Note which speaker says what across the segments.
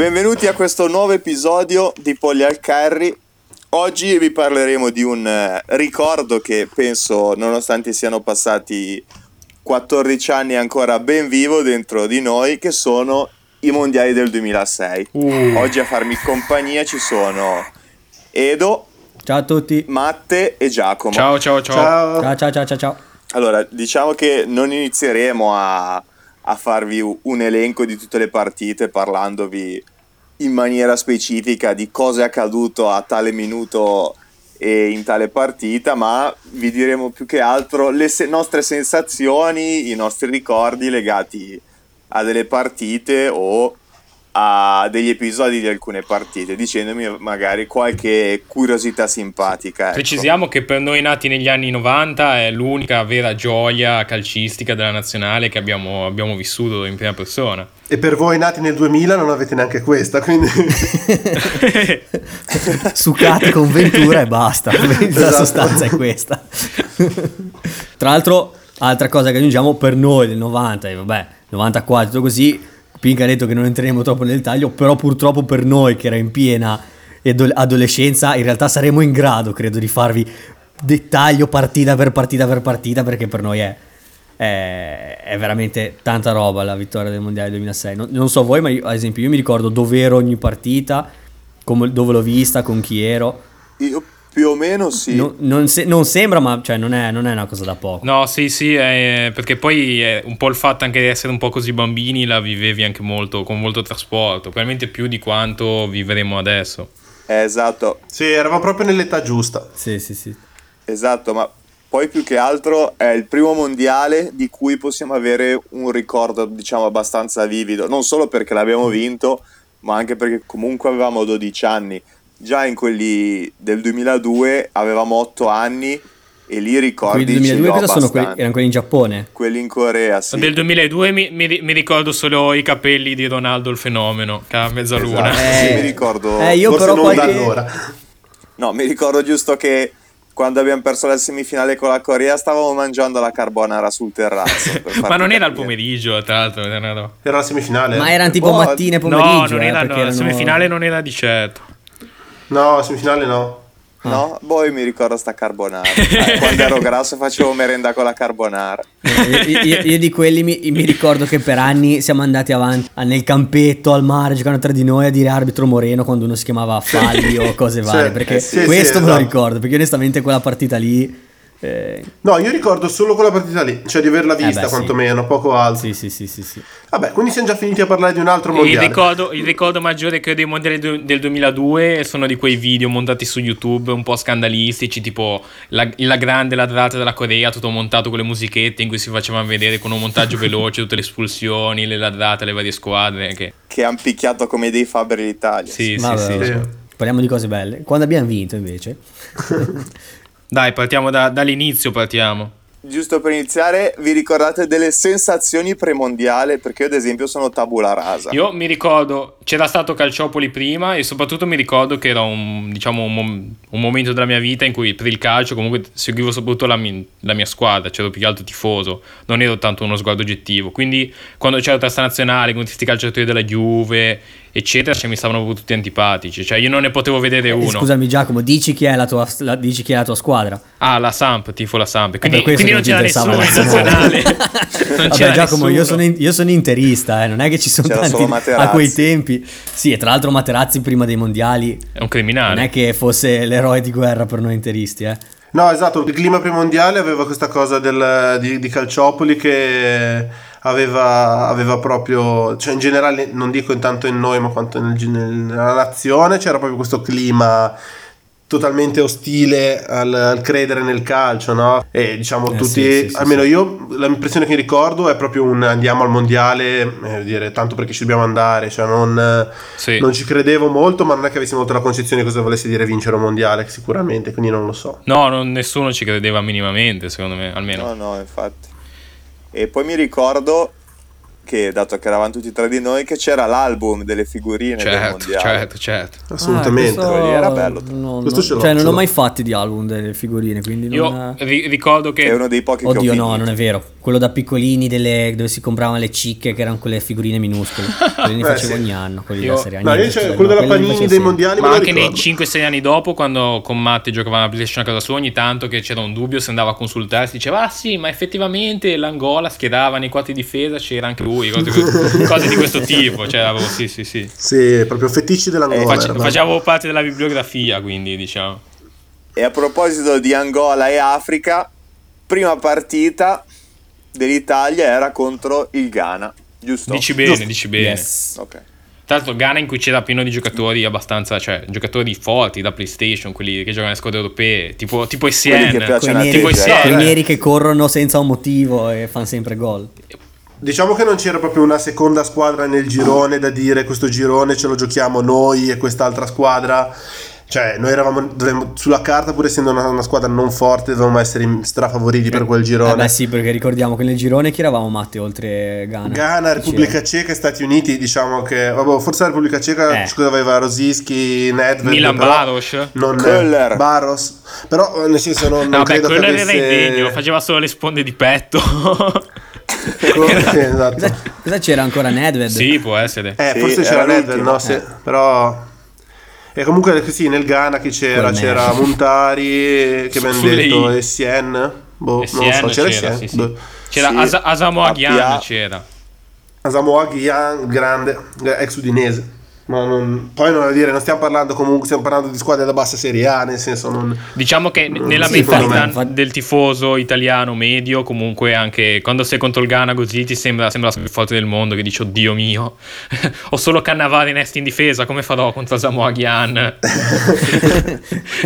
Speaker 1: Benvenuti a questo nuovo episodio di Poli al Carri. Oggi vi parleremo di un eh, ricordo che penso, nonostante siano passati 14 anni, è ancora ben vivo dentro di noi, che sono i mondiali del 2006. Oggi a farmi compagnia ci sono Edo,
Speaker 2: Ciao a tutti.
Speaker 1: Matte e Giacomo.
Speaker 3: Ciao, ciao, ciao.
Speaker 2: Ciao ciao ciao ciao ciao.
Speaker 1: Allora, diciamo che non inizieremo a, a farvi u- un elenco di tutte le partite parlandovi in maniera specifica di cosa è accaduto a tale minuto e in tale partita, ma vi diremo più che altro le se- nostre sensazioni, i nostri ricordi legati a delle partite o a degli episodi di alcune partite, dicendomi magari qualche curiosità simpatica. ecco.
Speaker 3: Precisiamo che per noi nati negli anni 90 è l'unica vera gioia calcistica della nazionale che abbiamo, abbiamo vissuto in prima persona.
Speaker 4: E per voi nati nel 2000 non avete neanche questa, quindi
Speaker 2: Sucate con Ventura e basta. La
Speaker 4: Esatto.
Speaker 2: sostanza è questa. Tra l'altro, altra cosa che aggiungiamo per noi del 90, e vabbè, 94, tutto così. Pinca ha detto che non entreremo troppo nel dettaglio, però purtroppo per noi che era in piena edo- adolescenza, in realtà saremo in grado, credo, di farvi dettaglio partita per partita per partita, perché per noi è, è, è veramente tanta roba la vittoria del Mondiale 2006. Non, non so voi, ma io, ad esempio io mi ricordo dove ero ogni partita, come- dove l'ho vista, con chi ero.
Speaker 1: Io più o meno sì.
Speaker 2: Non, non se- non sembra, ma cioè, non, è, non è una cosa da poco.
Speaker 3: No, sì, sì, eh, perché poi è un po' il fatto anche di essere un po' così bambini la vivevi anche molto, con molto trasporto, probabilmente più di quanto vivremo adesso.
Speaker 1: Eh, Esatto,
Speaker 4: sì, eravamo proprio nell'età giusta.
Speaker 2: Sì, sì, sì.
Speaker 1: esatto, ma poi più che altro è il primo mondiale di cui possiamo avere un ricordo, diciamo, abbastanza vivido, non solo perché l'abbiamo
Speaker 2: Mm.
Speaker 1: vinto, ma anche perché comunque avevamo 12 anni. Già in quelli del 2002 avevamo 8 anni e lì ricordi
Speaker 2: Quelli del
Speaker 1: ce li
Speaker 2: 2002
Speaker 1: ho
Speaker 2: cosa sono?
Speaker 1: abbastanza.
Speaker 2: Quelli- erano quelli in Giappone.
Speaker 1: Quelli in Corea, sì.
Speaker 3: Del 2002 mi, mi ri- mi ricordo solo i capelli di Ronaldo il fenomeno, che ha mezzaluna.
Speaker 1: Esatto. Eh, sì, mi ricordo-
Speaker 2: Eh, io
Speaker 4: Forse
Speaker 2: però
Speaker 4: non da
Speaker 2: qualche-
Speaker 4: allora.
Speaker 1: No, mi ricordo giusto che quando abbiamo perso la semifinale con la Corea stavamo mangiando la carbonara sul terrazzo. per
Speaker 3: Ma
Speaker 1: farti
Speaker 3: non era il
Speaker 1: capire.
Speaker 3: pomeriggio, tra l'altro. era una roba-
Speaker 4: Era la semifinale.
Speaker 2: Ma erano tipo
Speaker 1: Boh,
Speaker 2: mattine e
Speaker 3: Eh, oh, No,
Speaker 2: pomeriggio.
Speaker 3: non
Speaker 2: eh,
Speaker 3: era,
Speaker 2: perché
Speaker 3: no, la
Speaker 2: erano-
Speaker 3: semifinale non era di certo.
Speaker 4: No, la semifinale no.
Speaker 3: Ah.
Speaker 1: No? Poi mi ricordo sta carbonara. Eh, Quando ero grasso facevo merenda con la carbonara.
Speaker 2: io, io- io di quelli mi, mi ricordo che per anni siamo andati avanti a- nel campetto, al mare, giocando tra di noi a dire arbitro Moreno quando uno si chiamava Falli o cose varie.
Speaker 4: Sì,
Speaker 2: perché
Speaker 4: eh sì,
Speaker 2: questo
Speaker 4: sì,
Speaker 2: me lo
Speaker 4: esatto.
Speaker 2: ricordo, perché onestamente quella partita lì. eh,
Speaker 4: No, io ricordo solo quella partita lì, cioè di averla
Speaker 2: beh,
Speaker 4: vista
Speaker 2: sì.
Speaker 4: quantomeno, poco altro.
Speaker 2: sì, sì, sì, sì, sì.
Speaker 4: Vabbè, quindi siamo già finiti a parlare di un altro
Speaker 3: Il
Speaker 4: mondiale.
Speaker 3: ricordo, il ricordo maggiore che ho dei mondiali du- del 2002 sono di quei video montati su YouTube un po' scandalistici, tipo la, la grande ladrata della Corea, tutto montato con le musichette in cui si facevano vedere con un montaggio veloce tutte le espulsioni, le ladrate, le varie squadre. Che...
Speaker 1: Che hanno picchiato come dei fabbri l'Italia.
Speaker 3: Sì, sì,
Speaker 2: Vabbè,
Speaker 3: sì.
Speaker 2: vabbè. Parliamo di cose belle. Quando abbiamo vinto invece,
Speaker 3: Dai, partiamo da- dall'inizio, partiamo.
Speaker 1: Giusto per iniziare, vi ricordate delle sensazioni premondiale? Perché io ad esempio sono tabula rasa.
Speaker 3: Io mi ricordo, c'era stato Calciopoli prima e soprattutto mi ricordo che era un, diciamo, un, mom- un momento della mia vita in cui per il calcio comunque seguivo soprattutto la, mi- la mia squadra, c'ero più che altro tifoso, non ero tanto uno sguardo oggettivo. Quindi quando c'era la testa nazionale con questi calciatori della Juve, eccetera, cioè, mi stavano proprio tutti antipatici, cioè io non ne potevo
Speaker 2: Eh,
Speaker 3: vedere uno.
Speaker 2: scusami Giacomo, dici chi è la tua, la- dici chi è la tua squadra?
Speaker 3: Ah, la Samp, tifo la Samp, quindi,
Speaker 2: per Eh, questo
Speaker 3: quindi non
Speaker 2: che
Speaker 3: c'era
Speaker 2: non ti
Speaker 3: nessuno in
Speaker 2: interessava la
Speaker 3: nazionale. non
Speaker 2: Vabbè,
Speaker 3: c'era
Speaker 2: Giacomo,
Speaker 3: nessuno.
Speaker 2: io sono, in- io sono interista, eh, non è che ci sono
Speaker 1: C'era
Speaker 2: tanti
Speaker 1: solo Materazzi.
Speaker 2: a quei tempi. Sì, e tra l'altro Materazzi prima dei mondiali
Speaker 3: È un criminale.
Speaker 2: non è che fosse l'eroe di guerra per noi interisti, eh.
Speaker 4: No, esatto, il clima premondiale aveva questa cosa del- di, di Calciopoli che aveva, aveva proprio, cioè in generale, non dico intanto in noi, ma quanto nel gen- nella nazione, c'era proprio questo clima totalmente ostile al, al credere nel calcio, no? E diciamo
Speaker 2: Eh,
Speaker 4: tutti,
Speaker 2: sì, sì, sì,
Speaker 4: almeno
Speaker 2: sì.
Speaker 4: io, l'impressione che ricordo è proprio un andiamo al mondiale, eh, voglio dire, tanto perché ci dobbiamo andare, cioè non...
Speaker 3: Sì.
Speaker 4: Non ci credevo molto, ma non è che avessi molto la concezione di cosa volesse dire vincere un mondiale, sicuramente, quindi non lo so.
Speaker 3: No, non- nessuno ci credeva minimamente, secondo me, almeno.
Speaker 1: No, no, infatti. E poi mi ricordo che dato che eravamo tutti tra di noi, che c'era l'album delle figurine del
Speaker 3: Certo,
Speaker 1: mondiale.
Speaker 3: certo, certo.
Speaker 4: Assolutamente.
Speaker 2: Ah, questo-
Speaker 1: Era bello.
Speaker 2: no,
Speaker 4: Questo
Speaker 2: no.
Speaker 4: ce l'ho,
Speaker 2: cioè, non
Speaker 4: ce
Speaker 2: ho
Speaker 4: l'ho.
Speaker 2: mai fatti di album delle figurine, quindi
Speaker 3: Io
Speaker 2: non... eh.
Speaker 3: ri- ricordo che
Speaker 1: È uno dei pochi che ho
Speaker 2: Oddio, no,
Speaker 1: finito.
Speaker 2: non è vero. Quello da piccolini delle- dove si compravano le cicche, che erano quelle figurine minuscole. Quelli ne
Speaker 4: Beh,
Speaker 2: facevo
Speaker 4: sì.
Speaker 2: ogni anno. Quelli
Speaker 3: Io-
Speaker 2: da serie A,
Speaker 4: No, io
Speaker 2: niente,
Speaker 4: c'è
Speaker 2: cioè,
Speaker 4: quello
Speaker 2: no,
Speaker 4: della
Speaker 2: quelli li
Speaker 4: Panini
Speaker 2: facevo sempre.
Speaker 4: dei mondiali,
Speaker 3: Ma
Speaker 4: me lo
Speaker 3: anche nei
Speaker 4: ricordo.
Speaker 3: 5-6 anni dopo, quando con Matti giocavamo a PlayStation a casa sua, ogni tanto che c'era un dubbio, si andava a consultare, si diceva, ah sì, ma effettivamente l'Angola schierava nei quattro di difesa, c'era anche lui, cose, cose di questo tipo. Cioè, avevo- sì, sì, sì.
Speaker 4: Sì, proprio fetici dell'Angola.
Speaker 1: Eh,
Speaker 3: Face-
Speaker 4: era bello.
Speaker 3: facevo parte della bibliografia, quindi diciamo.
Speaker 1: E a proposito di Angola e Africa, prima partita dell'Italia era contro il Ghana, giusto?
Speaker 3: Dici bene, dici bene.
Speaker 2: Yes.
Speaker 1: Ok.
Speaker 3: Tra l'altro Ghana in cui c'era pieno di giocatori abbastanza, cioè giocatori forti da PlayStation, quelli che giocano nelle squadre europee, tipo, tipo
Speaker 1: Quelli che
Speaker 3: Essien.
Speaker 1: piacciono
Speaker 2: Quei
Speaker 1: a te, cioè.
Speaker 2: neri,
Speaker 3: Tipo i
Speaker 1: Jack.
Speaker 3: Siena.
Speaker 2: quei neri che corrono senza un motivo e fanno sempre gol.
Speaker 4: Diciamo che non c'era proprio una seconda squadra nel girone da dire questo girone ce lo giochiamo noi e quest'altra squadra. Cioè, noi eravamo dovevamo- sulla carta, pur essendo una, una squadra non forte, dovevamo essere in- strafavoriti per quel girone.
Speaker 2: Eh beh, sì, perché ricordiamo che nel girone chi eravamo Matte oltre Ghana.
Speaker 4: Ghana,
Speaker 2: Chi
Speaker 4: Repubblica Ceca e Stati Uniti, diciamo che vabbè, forse la Repubblica Ceca
Speaker 2: Eh.
Speaker 4: scusa, aveva Rosinski, Nedved,
Speaker 3: Milan
Speaker 4: però
Speaker 3: Baros.
Speaker 4: non
Speaker 1: Köhler.
Speaker 4: Barros, però eh, nel senso non, non
Speaker 3: No, beh,
Speaker 4: credo che
Speaker 3: quello era
Speaker 4: avesse
Speaker 3: indegno, faceva solo le sponde di petto.
Speaker 4: Sì, esatto.
Speaker 2: c'era? Cosa, cosa c'era ancora Nedved?
Speaker 3: sì, può essere.
Speaker 4: Eh,
Speaker 1: Sì,
Speaker 4: forse
Speaker 1: era
Speaker 4: c'era Nedved,
Speaker 1: l'ultimo. eh.
Speaker 4: no? Sì, Però... E comunque sì, nel Ghana chi c'era?
Speaker 2: Quel
Speaker 4: C'era
Speaker 2: merda.
Speaker 4: Montari, che
Speaker 3: Su-
Speaker 4: abbiamo
Speaker 3: sulle
Speaker 4: detto,
Speaker 3: I.
Speaker 4: Essien, boh, non lo so,
Speaker 3: Essien
Speaker 4: c'era
Speaker 3: c'era,
Speaker 4: Essien.
Speaker 3: sì, sì.
Speaker 4: boh.
Speaker 3: C'era
Speaker 1: Sì.
Speaker 3: Asa- Asamoah Gyan,
Speaker 1: Appia-
Speaker 3: c'era.
Speaker 4: Asamoah Gyan, grande, eh, ex udinese. Ma non- poi non voglio dire, non stiamo parlando comunque, stiamo parlando di squadre da bassa serie A, nel senso non...
Speaker 3: Diciamo che n-
Speaker 4: Mm,
Speaker 3: nella
Speaker 4: sì,
Speaker 3: mentalità
Speaker 4: secondo
Speaker 2: me, infatti.
Speaker 3: del tifoso italiano medio, comunque anche quando sei contro il Ghana così ti sembra, sembra la squadra più forte del mondo che dici oddio mio, ho solo Cannavale e Nesti in difesa, come farò contro Asamoah Gyan?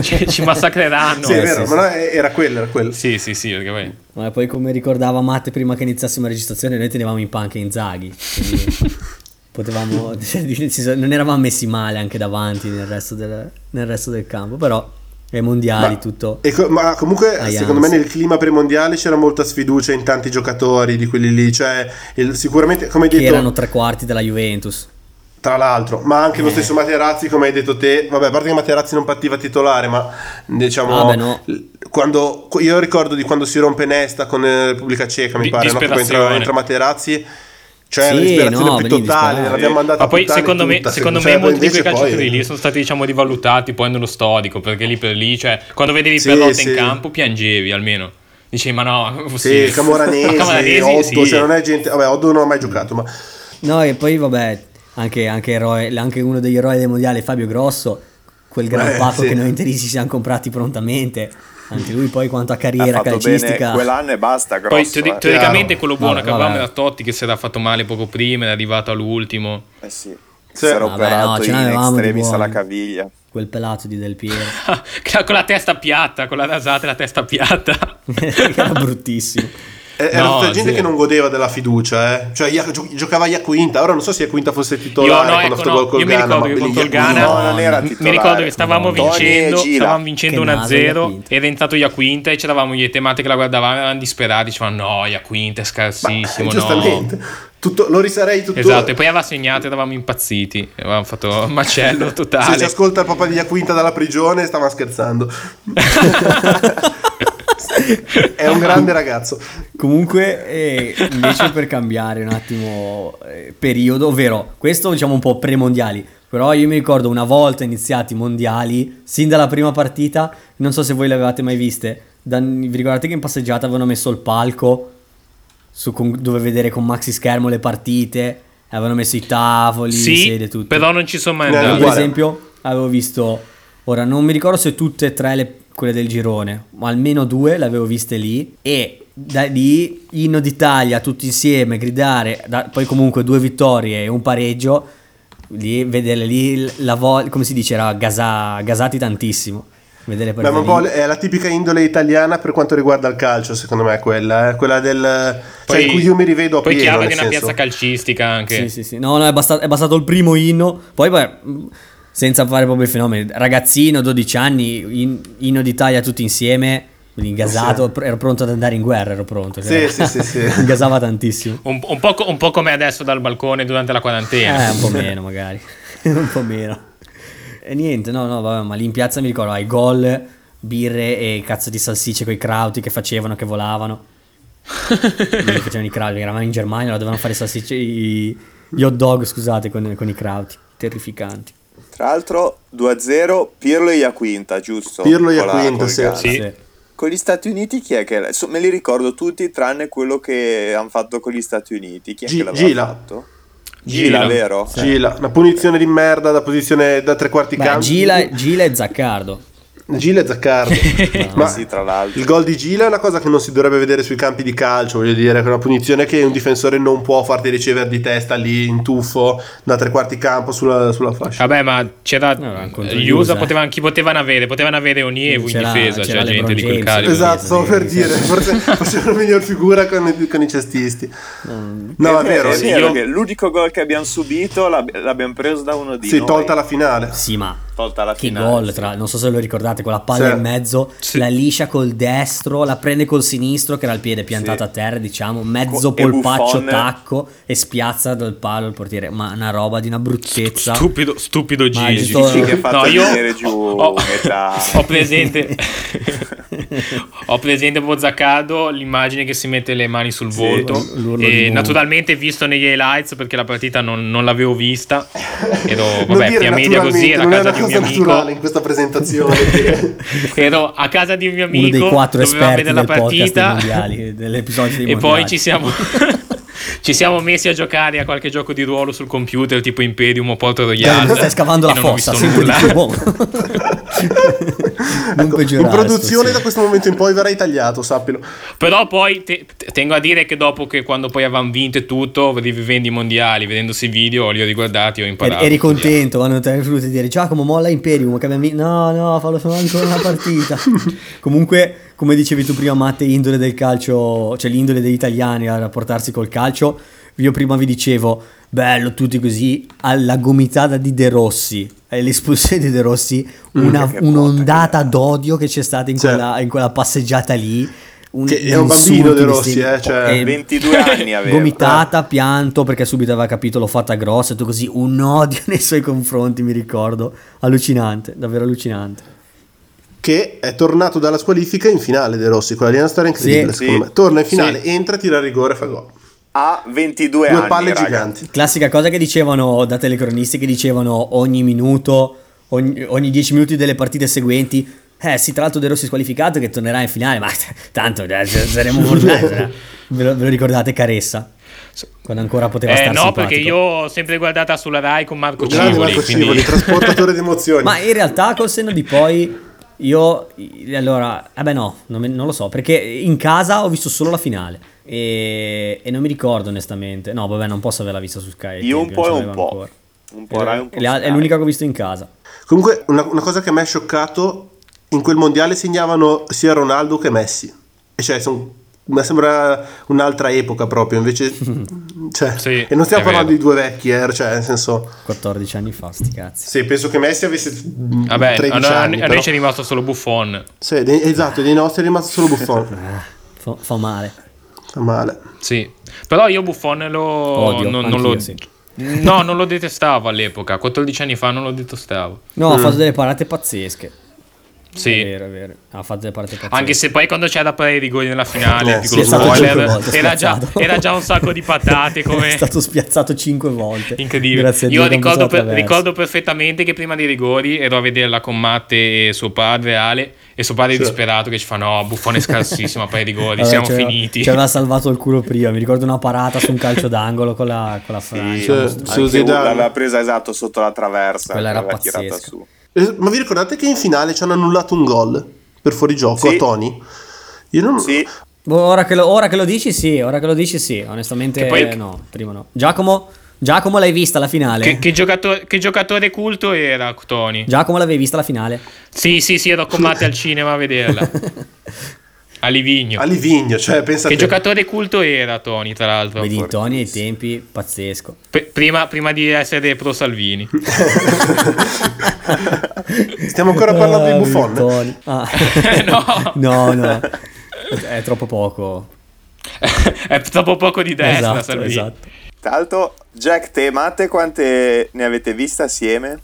Speaker 3: ci, ci massacreranno.
Speaker 4: sì, è
Speaker 2: eh,
Speaker 4: vero,
Speaker 2: sì,
Speaker 4: ma no, eh, era quello, era quello.
Speaker 3: Sì, sì, sì, perché poi...
Speaker 2: Ma poi come ricordava Matte prima che iniziassimo la registrazione, noi tenevamo in panca Inzaghi. quindi potevamo non eravamo messi male anche davanti nel resto del, nel resto del campo, però ai mondiali
Speaker 4: Ma-
Speaker 2: tutto.
Speaker 4: e co- ma comunque,
Speaker 2: Ai
Speaker 4: secondo me,
Speaker 2: Hans.
Speaker 4: nel clima premondiale c'era molta sfiducia in tanti giocatori di quelli lì. Cioè, il- sicuramente, come hai
Speaker 2: Che
Speaker 4: detto,
Speaker 2: erano tre quarti della Juventus.
Speaker 4: tra l'altro, ma anche
Speaker 3: Eh.
Speaker 4: lo stesso Materazzi, come hai detto te. Vabbè, a parte che Materazzi non partiva titolare, ma diciamo.
Speaker 2: Ah, beh, no.
Speaker 4: l- quando- io ricordo di quando si rompe Nesta con eh, Repubblica Ceca, mi
Speaker 3: Di-
Speaker 4: pare, no? Che poi entra,
Speaker 3: disperazione.
Speaker 4: entra Materazzi. Cioè, la
Speaker 2: Sì,
Speaker 4: disperazione
Speaker 2: no,
Speaker 4: più
Speaker 2: venivi
Speaker 4: totale,
Speaker 2: disperato.
Speaker 4: l'abbiamo mandata
Speaker 3: Ma poi
Speaker 4: a puttane
Speaker 3: secondo me,
Speaker 4: tutta,
Speaker 3: secondo
Speaker 4: cioè,
Speaker 3: me
Speaker 4: poi
Speaker 3: molti di quei
Speaker 4: invece
Speaker 3: calciatori
Speaker 4: poi-
Speaker 3: lì sono stati diciamo rivalutati poi nello storico, perché lì per lì, cioè quando vedevi
Speaker 4: Sì,
Speaker 3: Perrotta
Speaker 4: sì.
Speaker 3: in campo piangevi almeno. Dicevi ma no,
Speaker 4: Sì,
Speaker 3: possibile."
Speaker 4: Camoranesi,
Speaker 3: Camoranesi,
Speaker 4: Otto,
Speaker 3: sì.
Speaker 4: cioè non è gente... Vabbè, Otto non ha mai giocato, ma...
Speaker 2: No, e poi vabbè, anche, anche eroe- anche uno degli eroi del mondiale, Fabio Grosso, quel gran
Speaker 4: Eh,
Speaker 2: pacco
Speaker 4: sì.
Speaker 2: che noi interisti ci siamo comprati prontamente. Anche lui poi quanto a
Speaker 1: Ha
Speaker 2: carriera
Speaker 1: fatto bene
Speaker 2: calcistica.
Speaker 1: quell'anno e basta, grosso.
Speaker 3: Poi teori-
Speaker 1: eh.
Speaker 3: teoricamente quello buono
Speaker 2: Vabbè,
Speaker 3: che avevamo
Speaker 2: vabbè.
Speaker 3: era Totti che si era fatto male poco prima, era arrivato all'ultimo.
Speaker 1: Eh sì. Si
Speaker 4: Sì.
Speaker 1: era
Speaker 2: Vabbè, no,
Speaker 1: operato
Speaker 2: ce
Speaker 1: in
Speaker 2: n'avevamo di
Speaker 1: extremis alla
Speaker 2: buoni.
Speaker 1: caviglia.
Speaker 2: Quel pelato di Del Piero.
Speaker 3: con la testa piatta, con la rasata e la testa piatta.
Speaker 2: era bruttissimo.
Speaker 4: Eh, Era
Speaker 3: No,
Speaker 4: tutta gente
Speaker 3: sì.
Speaker 4: che non godeva della fiducia, eh. Cioè, Ia- gio- giocava Iacuinta. Ora non so se Iacuinta fosse
Speaker 3: Io,
Speaker 4: titolare
Speaker 3: no,
Speaker 4: quando
Speaker 3: ecco,
Speaker 4: ha fatto gol
Speaker 3: no,
Speaker 4: col
Speaker 3: io mi
Speaker 4: Ghana.
Speaker 3: ricordo
Speaker 4: ma
Speaker 3: che contro il
Speaker 4: Iaquinta-
Speaker 3: Ghana
Speaker 1: No, non era
Speaker 2: Mi
Speaker 3: Mi
Speaker 1: titolare.
Speaker 3: ricordo che stavamo
Speaker 1: Tony e
Speaker 3: vincendo,
Speaker 1: Gila.
Speaker 3: stavamo vincendo
Speaker 2: Che naso,
Speaker 3: 1-0
Speaker 2: Iaquinta.
Speaker 3: ed è entrato Iaquinta e c'eravamo io e te Matte che la guardavamo, eravamo disperati, dicevano no, Iaquinta è
Speaker 4: Ma-
Speaker 3: scarsissimo, no.
Speaker 4: giustamente. Tutto- lo risarei tutto.
Speaker 3: Esatto, e poi aveva segnato, eravamo impazziti, avevamo fatto un macello
Speaker 4: Se ci
Speaker 3: totale.
Speaker 4: ascolta il papà di Iacuinta dalla prigione, stava scherzando. È un grande ragazzo.
Speaker 2: Comunque, eh, invece per cambiare un attimo eh, periodo, ovvero questo diciamo un po' pre-mondiali, però io mi ricordo una volta iniziati i mondiali, sin dalla prima partita, non so se voi le avevate mai viste, da- vi ricordate che in passeggiata avevano messo il palco su con- dove vedere con maxi schermo le partite, avevano messo i tavoli, le sedie,
Speaker 3: Sì,
Speaker 2: tutto.
Speaker 3: però non ci sono mai
Speaker 4: No,
Speaker 2: Io,
Speaker 3: andato.
Speaker 2: per
Speaker 4: Uguale.
Speaker 2: esempio, avevo visto. Ora non mi ricordo se tutte e tre le- quelle del girone, ma almeno due le avevo viste lì. E da lì, inno d'Italia, tutti insieme, gridare, da- poi comunque due vittorie e un pareggio. Lì, vedere lì l- la vo- come si dice, era gasa- gasati tantissimo. Vedere per
Speaker 4: Beh, ma boh, un po' è la tipica indole italiana per quanto riguarda il calcio, secondo me, quella. eh. Quella del. cioè, in cui io mi rivedo a
Speaker 3: poi
Speaker 4: pieno.
Speaker 3: chiave
Speaker 4: nel
Speaker 3: di una
Speaker 4: senso.
Speaker 3: piazza calcistica anche.
Speaker 2: Sì, sì, sì. No, no, è bastato, è bastato il primo inno. Poi, beh, mh, senza fare proprio i fenomeni, ragazzino, 12 anni, in- inno d'Italia tutti insieme. Quindi ingasato, pr- ero pronto ad andare in guerra, ero pronto.
Speaker 4: Sì, sì, sì, sì.
Speaker 2: Mi gasava tantissimo.
Speaker 3: Un, un po', co- un po' come adesso dal balcone durante la quarantena.
Speaker 2: Eh, un po' meno magari, un po' meno. E niente, no, no, vabbè, ma lì in piazza mi ricordo, ai gol, birre e cazzo di salsicce con i crauti che facevano, che volavano. Quelli che facevano i crauti, eravamo in Germania, la dovevano fare i salsicce, i- gli hot dog, scusate, con, con i crauti, terrificanti.
Speaker 1: Tra l'altro 2-0 Pirlo e Iaquinta, giusto?
Speaker 4: Pirlo e
Speaker 1: Con la-
Speaker 4: Iaquinta,
Speaker 1: col
Speaker 4: sì.
Speaker 1: Ghana.
Speaker 3: Sì.
Speaker 1: Con gli Stati Uniti chi è che era? So- me li ricordo tutti tranne quello che hanno fatto con gli Stati Uniti. Chi è
Speaker 4: Gi-
Speaker 1: che l'aveva
Speaker 4: Gila.
Speaker 1: fatto?
Speaker 3: Gila.
Speaker 1: Gila, vero?
Speaker 4: Gila, una punizione di merda da posizione da tre quarti
Speaker 2: Beh,
Speaker 4: campo.
Speaker 2: Gila, Gila e Zaccardo.
Speaker 4: Gila e Zaccardo. Ma
Speaker 1: Sì, tra l'altro.
Speaker 4: il gol di Gila è una cosa che non si dovrebbe vedere sui campi di calcio, voglio dire, che è una punizione che un difensore non può farti ricevere di testa lì in tuffo da tre quarti campo sulla, sulla fascia.
Speaker 3: Vabbè, ma c'era
Speaker 2: No, era contro
Speaker 3: gli
Speaker 2: gli
Speaker 3: USA,
Speaker 2: USA, eh.
Speaker 3: potevano, chi potevano avere? Potevano avere Onievo in
Speaker 2: C'era-
Speaker 3: difesa,
Speaker 2: c'era
Speaker 3: cioè
Speaker 2: LeBron
Speaker 3: gente di quel
Speaker 2: James.
Speaker 3: calibro.
Speaker 4: Esatto,
Speaker 2: sì,
Speaker 4: stavo
Speaker 2: sì,
Speaker 4: per
Speaker 2: sì.
Speaker 4: dire, forse facevano miglior figura con, i- con i cestisti. No,
Speaker 3: Mm.
Speaker 1: È
Speaker 4: è vero,
Speaker 1: eh, è
Speaker 4: sì,
Speaker 1: vero
Speaker 3: io-
Speaker 1: che l'unico gol che abbiamo subito l'ab- l'abbiamo preso da uno di
Speaker 4: sì,
Speaker 1: noi.
Speaker 4: tolta la finale.
Speaker 2: Sì, ma
Speaker 1: Tolta la
Speaker 2: che
Speaker 1: finale,
Speaker 2: gol,
Speaker 1: sì.
Speaker 2: tra, non so se lo ricordate, con la palla
Speaker 4: Sì.
Speaker 2: in mezzo,
Speaker 3: Sì.
Speaker 2: la liscia col destro, la prende col sinistro che era il piede piantato
Speaker 1: Sì.
Speaker 2: a terra, diciamo,
Speaker 1: Co-
Speaker 2: mezzo
Speaker 1: e
Speaker 2: polpaccio
Speaker 1: Buffon-
Speaker 2: tacco e spiazza dal palo il portiere, ma una roba di una bruttezza.
Speaker 3: Stupido, stupido
Speaker 2: Ma
Speaker 3: Gigi.
Speaker 2: giusto- Gigi
Speaker 1: che ha fatto venire giù
Speaker 3: ho,
Speaker 1: metà.
Speaker 3: ho presente ho presente Bozzacado l'immagine che si mette le mani sul volto
Speaker 2: l'urlo di
Speaker 3: e
Speaker 2: Mo.
Speaker 3: naturalmente visto negli highlights perché la partita non, non l'avevo vista ero
Speaker 4: Non
Speaker 3: vabbè
Speaker 4: dire
Speaker 3: via media così
Speaker 4: naturalmente,
Speaker 3: era a
Speaker 4: non è
Speaker 3: casa
Speaker 4: una
Speaker 3: di un
Speaker 4: cosa
Speaker 3: mio
Speaker 4: naturale
Speaker 3: amico
Speaker 4: in questa presentazione.
Speaker 3: ero a casa di un mio
Speaker 2: Uno
Speaker 3: amico
Speaker 2: dei quattro
Speaker 3: dovevamo
Speaker 2: esperti
Speaker 3: vedere la
Speaker 2: del podcast dei
Speaker 3: partita
Speaker 2: mondiali, dell'episodio dei
Speaker 3: e
Speaker 2: mondiali.
Speaker 3: poi ci siamo Ci siamo messi a giocare a qualche gioco di ruolo sul computer tipo Imperium o Porto Royale.
Speaker 2: Eh, Stai scavando
Speaker 3: e
Speaker 2: la
Speaker 3: non ho
Speaker 2: fossa,
Speaker 3: visto
Speaker 2: sempre di
Speaker 3: nulla.
Speaker 2: più. boh. non
Speaker 4: Ecco, in
Speaker 2: peggiorare sto
Speaker 4: produzione
Speaker 2: sì.
Speaker 4: da questo momento in poi verrai tagliato, sappilo.
Speaker 3: Però poi te- te- tengo a dire che dopo che quando poi avevamo vinto e tutto, rivivendo i mondiali, vedendosi i video, li ho riguardati, ho
Speaker 2: Eri,
Speaker 3: imparato.
Speaker 2: eri contento quando ti è venuto a dire Giacomo molla Imperium che abbiamo vinto no no fallo solo ancora una partita comunque come dicevi tu prima Matte indole del calcio cioè l'indole degli italiani a rapportarsi col calcio io prima vi dicevo bello tutti così alla gomitata di De Rossi e l'espulsione di De Rossi
Speaker 4: Mm.
Speaker 2: una-
Speaker 1: che botta,
Speaker 2: un'ondata d'odio che c'è stata in,
Speaker 4: Certo.
Speaker 2: quella, in quella passeggiata lì un,
Speaker 4: Che era un
Speaker 2: insulti,
Speaker 4: bambino De Rossi,
Speaker 2: bestemmie.
Speaker 4: eh, cioè,
Speaker 2: E-
Speaker 1: 22 anni aveva.
Speaker 2: Gomitata, pianto perché subito aveva capito l'ho fatta grossa e tu così un odio nei suoi confronti, mi ricordo. Allucinante, davvero allucinante.
Speaker 4: Che è tornato dalla squalifica in finale De Rossi, quella lì è una storia incredibile,
Speaker 1: Sì,
Speaker 4: secondo
Speaker 1: sì.
Speaker 4: me. Torna in finale,
Speaker 3: Sì.
Speaker 4: entra, tira il rigore e fa gol.
Speaker 1: Ha 22 anni,
Speaker 4: Due palle
Speaker 1: raga.
Speaker 4: giganti.
Speaker 2: Classica cosa che dicevano da telecronisti che dicevano ogni minuto, ogni, ogni 10 minuti delle partite seguenti. Eh sì, tra l'altro De Rossi squalificato che tornerà in finale, ma t- tanto eh, s- saremo fortunati. eh. Ve lo, ve lo ricordate Caressa? Quando ancora poteva
Speaker 3: Eh,
Speaker 2: stare
Speaker 3: no,
Speaker 2: simpatico.
Speaker 3: perché io ho sempre guardata sulla Rai con Marco
Speaker 4: Grande
Speaker 3: Civoli.
Speaker 4: Marco
Speaker 3: quindi-
Speaker 4: Civoli, trasportatore di emozioni.
Speaker 2: Ma in realtà col senno di poi io i- allora, vabbè no, non, me- non lo so, perché in casa ho visto solo la finale e, e non mi ricordo onestamente. No, vabbè, non posso averla vista su Sky.
Speaker 1: Io un
Speaker 2: quindi
Speaker 1: po' e
Speaker 2: Eh, non ce
Speaker 1: un
Speaker 2: l'avevo
Speaker 1: po'.
Speaker 2: ancora.
Speaker 1: Un po' Rai, un po'
Speaker 2: È la- È
Speaker 1: Sky.
Speaker 2: l'unica che ho visto in casa.
Speaker 4: Comunque, una, una cosa che mi ha scioccato, in quel mondiale segnavano sia Ronaldo che Messi. E cioè, son- mi sembra un'altra epoca proprio, invece... cioè,
Speaker 3: Sì,
Speaker 4: e non stiamo
Speaker 3: è
Speaker 4: parlando
Speaker 3: vero.
Speaker 4: di due vecchi, eh, cioè, nel senso...
Speaker 2: 14 anni fa, sti cazzi.
Speaker 4: Sì, penso che Messi avesse mm,
Speaker 3: Vabbè,
Speaker 4: 13
Speaker 3: a, noi- a
Speaker 4: anni.
Speaker 3: noi
Speaker 4: però-
Speaker 3: c'è rimasto solo Buffon.
Speaker 4: Sì, dei- esatto, dei nostri è rimasto solo Buffon.
Speaker 2: Ah, fa, fa male.
Speaker 4: Fa male.
Speaker 3: Sì. Però io Buffon lo...
Speaker 2: Odio,
Speaker 3: non, non
Speaker 2: anch'io,
Speaker 3: lo...
Speaker 2: sì.
Speaker 3: No, non lo detestavo all'epoca. 14 anni fa non lo detestavo.
Speaker 2: No,
Speaker 1: Mm.
Speaker 2: ha fatto delle parate pazzesche. È
Speaker 3: Sì.
Speaker 2: vero, è vero. Ha fatto delle parate pazzesche.
Speaker 3: Anche se poi quando c'è da parare i rigori nella finale,
Speaker 4: Eh,
Speaker 3: piccolo
Speaker 4: sì, è stato
Speaker 2: cinque
Speaker 3: spoiler,
Speaker 2: volte
Speaker 3: era già,
Speaker 2: spiazzato.
Speaker 3: era già un sacco di patate come...
Speaker 2: è stato spiazzato 5 volte.
Speaker 3: Incredibile.
Speaker 2: Grazie a Dio
Speaker 3: Io
Speaker 2: che non
Speaker 3: ricordo,
Speaker 2: sono
Speaker 3: per-
Speaker 2: attraverso.
Speaker 3: ricordo perfettamente che prima dei rigori ero a vederla con Matte e suo padre Ale e suo padre disperato che ci fa no, buffone scarsissimo per i rigori,
Speaker 2: Vabbè,
Speaker 3: siamo
Speaker 2: ci aveva-
Speaker 3: finiti.
Speaker 2: Ci aveva salvato il culo prima. Mi ricordo una parata su un calcio d'angolo con la, con la Francia.
Speaker 1: Sì,
Speaker 4: Cioè,
Speaker 1: anche
Speaker 4: su
Speaker 1: Ulla
Speaker 4: Zidane.
Speaker 1: l'ha presa esatto sotto la traversa.
Speaker 2: Quella era
Speaker 1: l'aveva tirata
Speaker 2: pazzesca.
Speaker 1: su.
Speaker 4: Eh, Ma vi ricordate che in finale ci hanno annullato un gol per fuorigioco
Speaker 1: Sì.
Speaker 4: a Tony? Io non...
Speaker 1: Sì,
Speaker 2: Boh, ora, che lo, ora che lo dici, sì. Ora che lo dici, sì. Onestamente,
Speaker 3: Che poi-
Speaker 2: eh, no. Prima no. Giacomo, Giacomo l'hai vista la finale?
Speaker 3: Che, che giocato- che giocatore culto era Tony?
Speaker 2: Giacomo l'avevi vista la finale?
Speaker 3: Sì, sì, sì, ero con Matte al cinema a vederla. A Livigno.
Speaker 4: A Livigno, cioè, pensa
Speaker 3: Che
Speaker 4: te.
Speaker 3: giocatore culto era Tony, tra l'altro?
Speaker 2: Vedi, Tony ai tempi, pazzesco.
Speaker 3: Pe- prima, prima di essere pro Salvini.
Speaker 4: Stiamo ancora parlando
Speaker 2: Eh,
Speaker 4: di Buffon?
Speaker 2: Buffon. Ah.
Speaker 3: No.
Speaker 2: no, no. È troppo poco.
Speaker 3: è troppo poco Eh, di destra,
Speaker 2: esatto,
Speaker 3: Salvini.
Speaker 2: esatto.
Speaker 1: Tra l'altro, Jack, te e Matte quante ne avete viste assieme?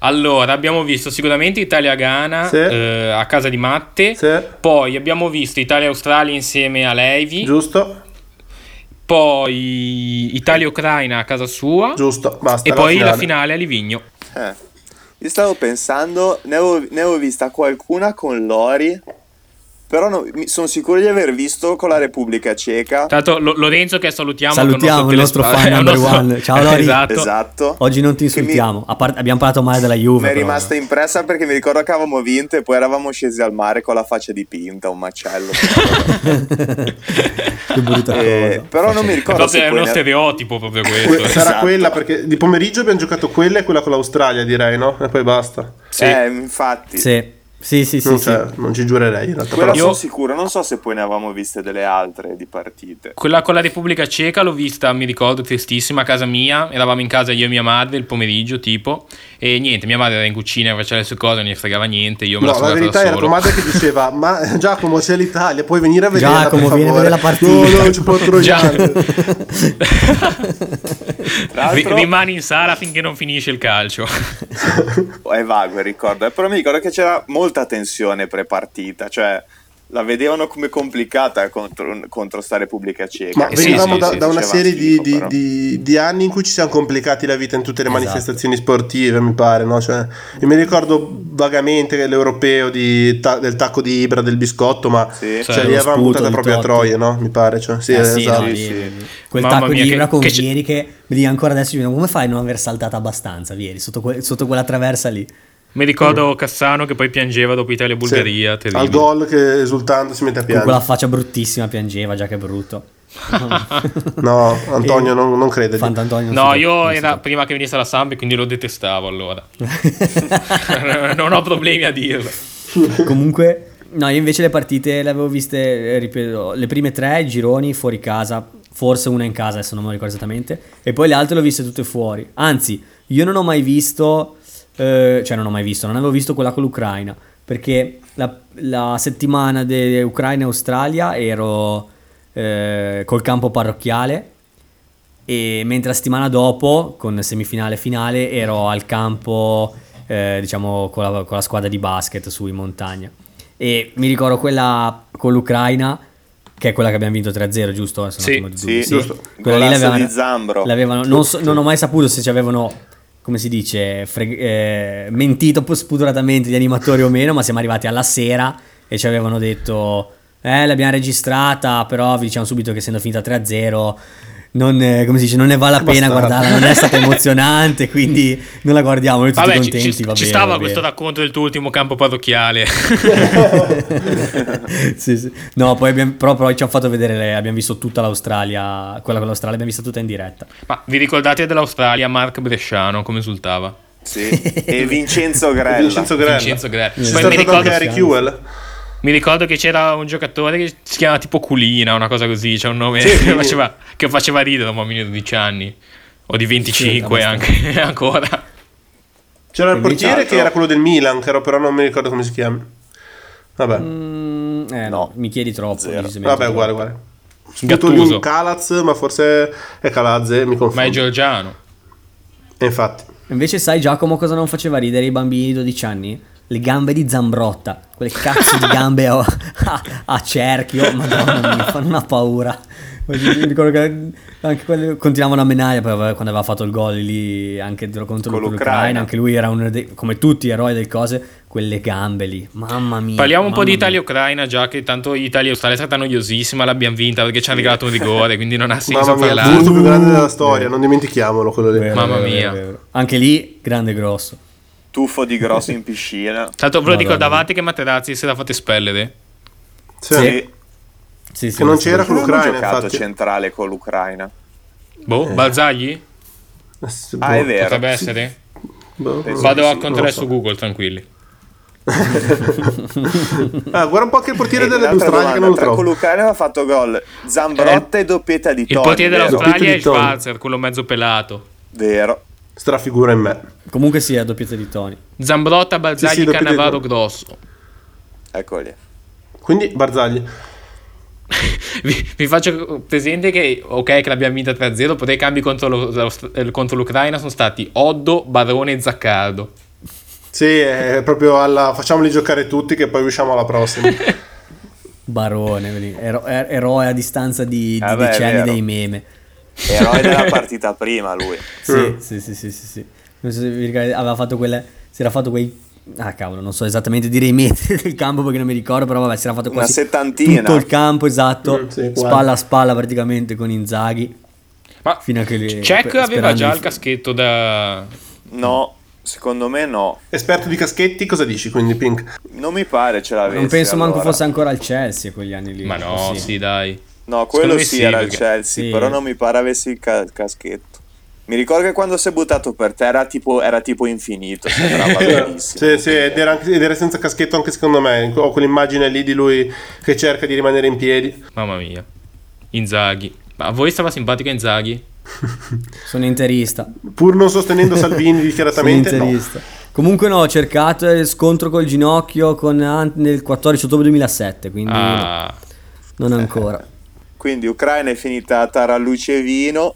Speaker 3: Allora, abbiamo visto sicuramente Italia-Ghana
Speaker 4: Sì.
Speaker 3: eh, a casa di Matte.
Speaker 4: Sì.
Speaker 3: Poi abbiamo visto Italia-Australia insieme a Levi.
Speaker 4: Giusto,
Speaker 3: Poi Italia-Ucraina a casa sua.
Speaker 4: giusto, basta.
Speaker 3: E poi la finale a Livigno.
Speaker 1: Eh, io stavo pensando, ne avevo, ne avevo vista qualcuna con Lori, però no- mi- sono sicuro di aver visto con la Repubblica Ceca.
Speaker 3: Tanto Lo- Lorenzo che salutiamo.
Speaker 2: Salutiamo
Speaker 3: col
Speaker 2: il nostro
Speaker 3: telespa-
Speaker 2: fan
Speaker 3: è un
Speaker 2: number one. Ciao, Lori.
Speaker 3: Eh, Esatto.
Speaker 1: Esatto.
Speaker 2: Oggi non ti
Speaker 1: Che mi-
Speaker 2: insultiamo. A parte- abbiamo parlato male della Juve.
Speaker 1: Mi è
Speaker 2: però. eh.
Speaker 1: rimasta impressa perché mi ricordo che avevamo vinto e poi eravamo scesi al mare con la faccia dipinta, un macello.
Speaker 2: che brutta
Speaker 1: Eh,
Speaker 2: cosa.
Speaker 1: però non mi
Speaker 3: È
Speaker 1: ricordo
Speaker 3: proprio-
Speaker 1: se
Speaker 3: è
Speaker 1: poi
Speaker 3: uno
Speaker 1: ne-
Speaker 3: stereotipo proprio
Speaker 4: Que-
Speaker 3: questo.
Speaker 4: Sarà
Speaker 1: Esatto.
Speaker 4: quella perché di pomeriggio abbiamo giocato quella e quella con l'Australia, direi, no? E poi basta.
Speaker 3: Sì.
Speaker 1: Eh, infatti.
Speaker 2: Sì, sì, sì, sì.
Speaker 4: Non,
Speaker 2: sì.
Speaker 1: Cioè.
Speaker 4: c'è- non ci giurerei in realtà.
Speaker 1: Quella
Speaker 4: però-
Speaker 1: sono sicuro, non so se poi ne avevamo viste delle altre di partite.
Speaker 3: Quella con la Repubblica Ceca l'ho vista, mi ricordo, tristissima a casa mia. Eravamo in casa io e mia madre il pomeriggio, tipo. E niente, mia madre era in cucina, faceva le sue cose, non gli fregava niente. Io me
Speaker 4: No,
Speaker 3: la
Speaker 4: la
Speaker 3: sono data
Speaker 4: verità
Speaker 3: da
Speaker 4: era tua
Speaker 3: solo.
Speaker 4: madre che diceva: Ma Giacomo, c'è l'Italia, puoi venire a vederla
Speaker 2: Giacomo,
Speaker 4: per
Speaker 2: vieni a
Speaker 4: favore.
Speaker 2: vedere la partita.
Speaker 4: No, no, ci può troiare.
Speaker 1: Tra
Speaker 3: Ri-
Speaker 1: l'altro
Speaker 3: rimani in sala finché non finisce il calcio.
Speaker 1: è vago il ricordo, eh, però mi ricordo che c'era molta tensione pre-partita, cioè la vedevano come complicata contro, contro sta Repubblica Ceca.
Speaker 4: Ma
Speaker 3: Eh, sì,
Speaker 4: venivamo
Speaker 3: sì,
Speaker 4: da,
Speaker 3: sì,
Speaker 4: da una
Speaker 1: dicevano
Speaker 4: serie di,
Speaker 1: schifo,
Speaker 4: di-
Speaker 1: però.
Speaker 4: di- di anni in cui ci siamo complicati la vita in tutte le
Speaker 2: Esatto.
Speaker 4: manifestazioni sportive, mi pare. No? Cioè, io mi ricordo vagamente che l'europeo di ta- del tacco di Ibra, del biscotto, ma
Speaker 1: Sì.
Speaker 4: cioè,
Speaker 3: Cioè,
Speaker 4: lì
Speaker 2: lo
Speaker 4: avevamo
Speaker 2: sputo
Speaker 4: buttato
Speaker 2: di
Speaker 4: proprio a
Speaker 2: Totti.
Speaker 4: troie, no? mi pare. Cioè, sì,
Speaker 2: Eh, sì,
Speaker 4: esatto.
Speaker 2: no, lì-
Speaker 1: Sì, sì.
Speaker 2: Quel
Speaker 3: Mamma
Speaker 2: tacco
Speaker 3: mia,
Speaker 2: di Ibra
Speaker 3: che-
Speaker 2: con
Speaker 3: che c-
Speaker 2: Vieri che mi dico ancora adesso, mi dico, come fai a non aver saltato abbastanza Vieri sotto, que- sotto quella traversa lì?
Speaker 3: Mi ricordo Cassano che poi piangeva dopo
Speaker 4: Sì.
Speaker 3: Italia-Bulgaria. terribile.
Speaker 4: Al gol che esultando si mette a
Speaker 2: Con quella
Speaker 4: piangere.
Speaker 2: faccia bruttissima piangeva, già che è brutto.
Speaker 4: No, Antonio, non, non credergli.
Speaker 2: Fantantonio non
Speaker 3: No,
Speaker 2: si-
Speaker 3: io
Speaker 2: non si-
Speaker 3: era prima che venisse la Sambi, quindi lo detestavo allora. non ho problemi a dirlo.
Speaker 2: Comunque, no, io invece le partite le avevo viste, eh, ripeto, le prime tre gironi fuori casa, forse una in casa, adesso non me lo ricordo esattamente, e poi le altre le ho viste tutte fuori. Anzi, io non ho mai visto, eh, cioè non ho mai visto, non avevo visto quella con l'Ucraina, perché la, la settimana di Ucraina e Australia ero eh, col campo parrocchiale e mentre la settimana dopo, con semifinale e finale, ero al campo, eh, diciamo, con la, con la squadra di basket su in montagna. E mi ricordo quella con l'Ucraina, che è quella che abbiamo vinto 3-0, giusto? Adesso un
Speaker 3: Sì,
Speaker 2: attimo di dubbi.
Speaker 1: sì, giusto.
Speaker 2: Quella lì
Speaker 1: Golasso
Speaker 2: l'avevano-
Speaker 1: di Zambro.
Speaker 2: l'avevano- non, so- non ho mai saputo se ci avevano, come si dice, fre- eh, mentito po- spudoratamente gli animatori o meno, ma siamo arrivati alla sera e ci avevano detto... Eh, l'abbiamo registrata, però vi diciamo subito che essendo finita 3-0 non, eh, come si dice, non ne vale la pena
Speaker 4: Bastardo.
Speaker 2: guardarla, non è stata emozionante, quindi non la guardiamo, noi tutti
Speaker 3: Vabbè, ci,
Speaker 2: contenti,
Speaker 3: ci-
Speaker 2: va
Speaker 3: ci
Speaker 2: bene,
Speaker 3: stava
Speaker 2: va
Speaker 3: questo
Speaker 2: bene.
Speaker 3: racconto del tuo ultimo campo parrocchiale.
Speaker 2: Sì, sì. No, poi abbiamo, però, però ci hanno fatto vedere, le- abbiamo visto tutta l'Australia, quella con l'Australia, abbiamo vista tutta in diretta.
Speaker 3: Ma vi ricordate dell'Australia, Mark Bresciano, come risultava?
Speaker 1: Sì. E Vincenzo Grella.
Speaker 4: Vincenzo Grella.
Speaker 3: Vincenzo Grella.
Speaker 4: C'è
Speaker 3: Poi mi
Speaker 4: stato
Speaker 3: ricordo,
Speaker 4: anche Harry
Speaker 2: Siamo.
Speaker 4: Kewell.
Speaker 3: mi ricordo che c'era un giocatore che si chiamava tipo Culina, una cosa così, c'è un nome
Speaker 4: Sì,
Speaker 3: che,
Speaker 4: sì.
Speaker 3: faceva, che faceva ridere un bambino di 12 anni o di 25
Speaker 2: Sì,
Speaker 3: anche ancora.
Speaker 4: C'era il
Speaker 2: Invece
Speaker 4: portiere
Speaker 1: altro.
Speaker 4: che era quello del Milan, che ero- però non mi ricordo come si chiama. Vabbè,
Speaker 2: Mm, eh, no,
Speaker 1: No.
Speaker 2: mi chiedi troppo.
Speaker 1: Zero.
Speaker 2: decisamente
Speaker 4: vabbè,
Speaker 2: troppo.
Speaker 4: uguale, uguale. Sputo lì
Speaker 3: Gattuso,
Speaker 4: un Calaz, ma forse è Calazze, mi confondo.
Speaker 3: ma è georgiano.
Speaker 4: E infatti.
Speaker 2: Invece sai Giacomo cosa non faceva ridere i bambini di 12 anni? Le gambe di Zambrotta, quelle cazzo di gambe a, a- a cerchio, madonna mi fanno una paura. Mi ricordo che anche quelle continuavano a menare, poi vabbè, quando aveva fatto il gol lì anche contro
Speaker 1: Con
Speaker 2: l'Ucraina,
Speaker 1: l'Ucraina.
Speaker 2: anche lui era uno dei, come tutti gli eroi del cose, quelle gambe lì, mamma mia.
Speaker 3: Parliamo un po'
Speaker 2: mamma
Speaker 3: di
Speaker 2: mia.
Speaker 3: Italia-Ucraina, già che tanto Italia-Australia è stata noiosissima, l'abbiamo vinta perché ci hanno regalato un rigore, quindi non ha senso
Speaker 4: Mamma mia,
Speaker 3: parlare.
Speaker 4: l'urto più grande
Speaker 1: Mm.
Speaker 4: della storia, non dimentichiamolo quello lì.
Speaker 2: Vero,
Speaker 3: Mamma
Speaker 2: vero,
Speaker 3: mia.
Speaker 2: vero, vero. Anche lì grande e grosso.
Speaker 1: Tuffo di grosso in piscina.
Speaker 3: Tanto ve lo
Speaker 2: Madonna.
Speaker 3: ricordavate che Materazzi si era fatto espellere?
Speaker 4: Sì.
Speaker 2: Sì.
Speaker 1: E
Speaker 2: Sì, sì,
Speaker 4: Che non
Speaker 2: questo-
Speaker 4: c'era con
Speaker 1: come hanno
Speaker 4: l'Ucraina,
Speaker 1: giocato
Speaker 4: infatti.
Speaker 1: centrale con l'Ucraina?
Speaker 3: Boh, Balzagli?
Speaker 4: Eh,
Speaker 1: Ah, è
Speaker 4: boh.
Speaker 1: vero.
Speaker 3: Potrebbe essere?
Speaker 4: Boh,
Speaker 1: Penso
Speaker 4: boh.
Speaker 3: Vado
Speaker 1: sì,
Speaker 3: a
Speaker 1: non
Speaker 3: controllare
Speaker 4: so.
Speaker 3: su Google, tranquilli.
Speaker 4: Ah, guarda un po' che il portiere
Speaker 1: E Eh, un'altra
Speaker 4: dell'Australia che non
Speaker 1: domanda,
Speaker 4: lo
Speaker 1: tra
Speaker 4: trovo.
Speaker 1: con l'Ucraina ha fatto gol Zambrotta e doppietta di
Speaker 3: Eh, Il
Speaker 1: Toni.
Speaker 3: portiere
Speaker 1: vero?
Speaker 3: dell'Australia
Speaker 4: Doppio
Speaker 3: è
Speaker 4: di Toni.
Speaker 3: Schwarzer, quello mezzo pelato.
Speaker 1: Vero.
Speaker 4: strafigura in me.
Speaker 2: Comunque sì, è doppietta di Tony.
Speaker 3: Zambrotta, Barzagli,
Speaker 4: Sì, sì, lo chiudo
Speaker 3: Cannavaro,
Speaker 4: io.
Speaker 3: Grosso.
Speaker 1: Eccoli.
Speaker 4: Quindi Barzagli.
Speaker 3: Vi, vi faccio presente che, ok, che l'abbiamo vinta 3-0, però i cambi contro, lo- lo- eh, contro l'Ucraina sono stati Oddo, Barone e Zaccardo.
Speaker 4: Sì, è proprio alla facciamoli giocare tutti che poi usciamo alla prossima. Mm.
Speaker 2: Barone, vedi, ero- er- eroe a distanza di, di
Speaker 1: Eh beh, è
Speaker 2: dieci anni
Speaker 1: vero.
Speaker 2: dei meme.
Speaker 1: Eroe della partita prima lui.
Speaker 2: Sì,
Speaker 4: Mm.
Speaker 2: sì, sì, sì, sì, sì. Non so se vi ricordate, aveva fatto quelle, si era fatto quei... Ah cavolo, non so esattamente dire i metri del campo perché non mi ricordo, però vabbè, si era fatto
Speaker 1: Una
Speaker 2: quasi
Speaker 1: settantina.
Speaker 2: tutto il campo, esatto,
Speaker 4: Mm, sì, guarda.
Speaker 2: spalla a spalla praticamente con Inzaghi.
Speaker 3: Ma
Speaker 2: Fino a che le-
Speaker 3: Cech
Speaker 2: per-
Speaker 3: aveva
Speaker 2: sperando
Speaker 3: già
Speaker 2: di-
Speaker 3: il caschetto da...
Speaker 1: No, secondo me no.
Speaker 4: Esperto di caschetti, cosa dici quindi Pink?
Speaker 1: Non mi pare ce l'avesse.
Speaker 2: Non penso manco
Speaker 1: allora.
Speaker 2: fosse ancora al Chelsea quegli anni lì.
Speaker 3: Ma no, sì, dai.
Speaker 1: No,
Speaker 3: Secondo
Speaker 1: quello
Speaker 3: me
Speaker 1: sì
Speaker 3: sì,
Speaker 1: era il
Speaker 3: perché-
Speaker 1: Chelsea,
Speaker 2: sì.
Speaker 1: però non mi pare avessi il, ca- il caschetto. Mi ricordo che quando si è buttato per terra tipo, era tipo infinito, sembrava
Speaker 3: Eh,
Speaker 1: benissimo.
Speaker 4: Sì, sì, Cioè, ed era, anche- ed era senza caschetto anche secondo me. Ho quell'immagine lì di lui che cerca di rimanere in piedi.
Speaker 3: Mamma mia. Inzaghi. Ma a voi stava simpatico Inzaghi?
Speaker 2: Sono interista.
Speaker 4: Pur non sostenendo Salvini
Speaker 2: Sono
Speaker 4: dichiaratamente, no.
Speaker 2: interista. Comunque no, ho cercato il scontro col ginocchio con Ant nel 14 ottobre 2007, quindi
Speaker 3: Ah.
Speaker 2: no, non ancora.
Speaker 1: Quindi Ucraina è finita a Tarallucevino.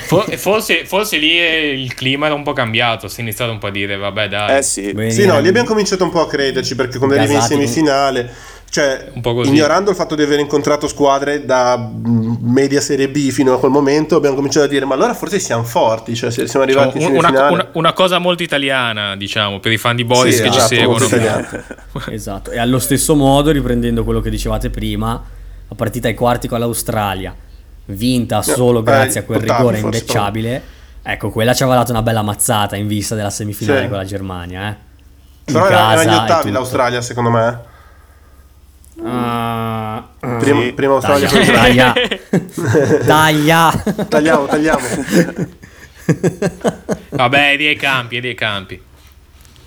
Speaker 3: For- e forse, forse lì eh, il clima era un po' cambiato. Si è iniziato un po' a dire, vabbè, dai.
Speaker 1: Eh sì,
Speaker 2: Bene,
Speaker 4: Sì, no, lì abbiamo cominciato un po' a crederci perché quando arrivi in
Speaker 2: Gasati,
Speaker 4: semifinale, cioè,
Speaker 3: Un po' così.
Speaker 4: ignorando il fatto di aver incontrato squadre da mh, media serie B fino a quel momento, abbiamo cominciato a dire: Ma allora forse siamo forti, cioè, se siamo arrivati in
Speaker 3: Diciamo, Un- una,
Speaker 4: semifinale.
Speaker 3: una- una cosa molto italiana, diciamo, per i fan di Boris
Speaker 4: Sì,
Speaker 3: che
Speaker 4: esatto,
Speaker 3: ci seguono.
Speaker 4: molto italiana.
Speaker 2: Esatto, e allo stesso modo, riprendendo quello che dicevate prima, la partita ai quarti con l'Australia, vinta solo
Speaker 4: eh,
Speaker 2: grazie a quel
Speaker 4: ottavi,
Speaker 2: rigore
Speaker 4: forse,
Speaker 2: indecciabile, ecco, quella ci aveva dato una bella mazzata in vista della semifinale
Speaker 4: Sì.
Speaker 2: con la Germania, eh. In
Speaker 4: Però era- erano
Speaker 2: casa
Speaker 4: gli
Speaker 2: e
Speaker 4: ottavi
Speaker 2: tutto.
Speaker 4: l'Australia, secondo me.
Speaker 2: Ah, ah.
Speaker 4: Prima, prima Australia, poi Germania.
Speaker 2: Taglia, taglia. taglia.
Speaker 4: Tagliamo, tagliamo.
Speaker 3: Vabbè, dei campi, dei campi.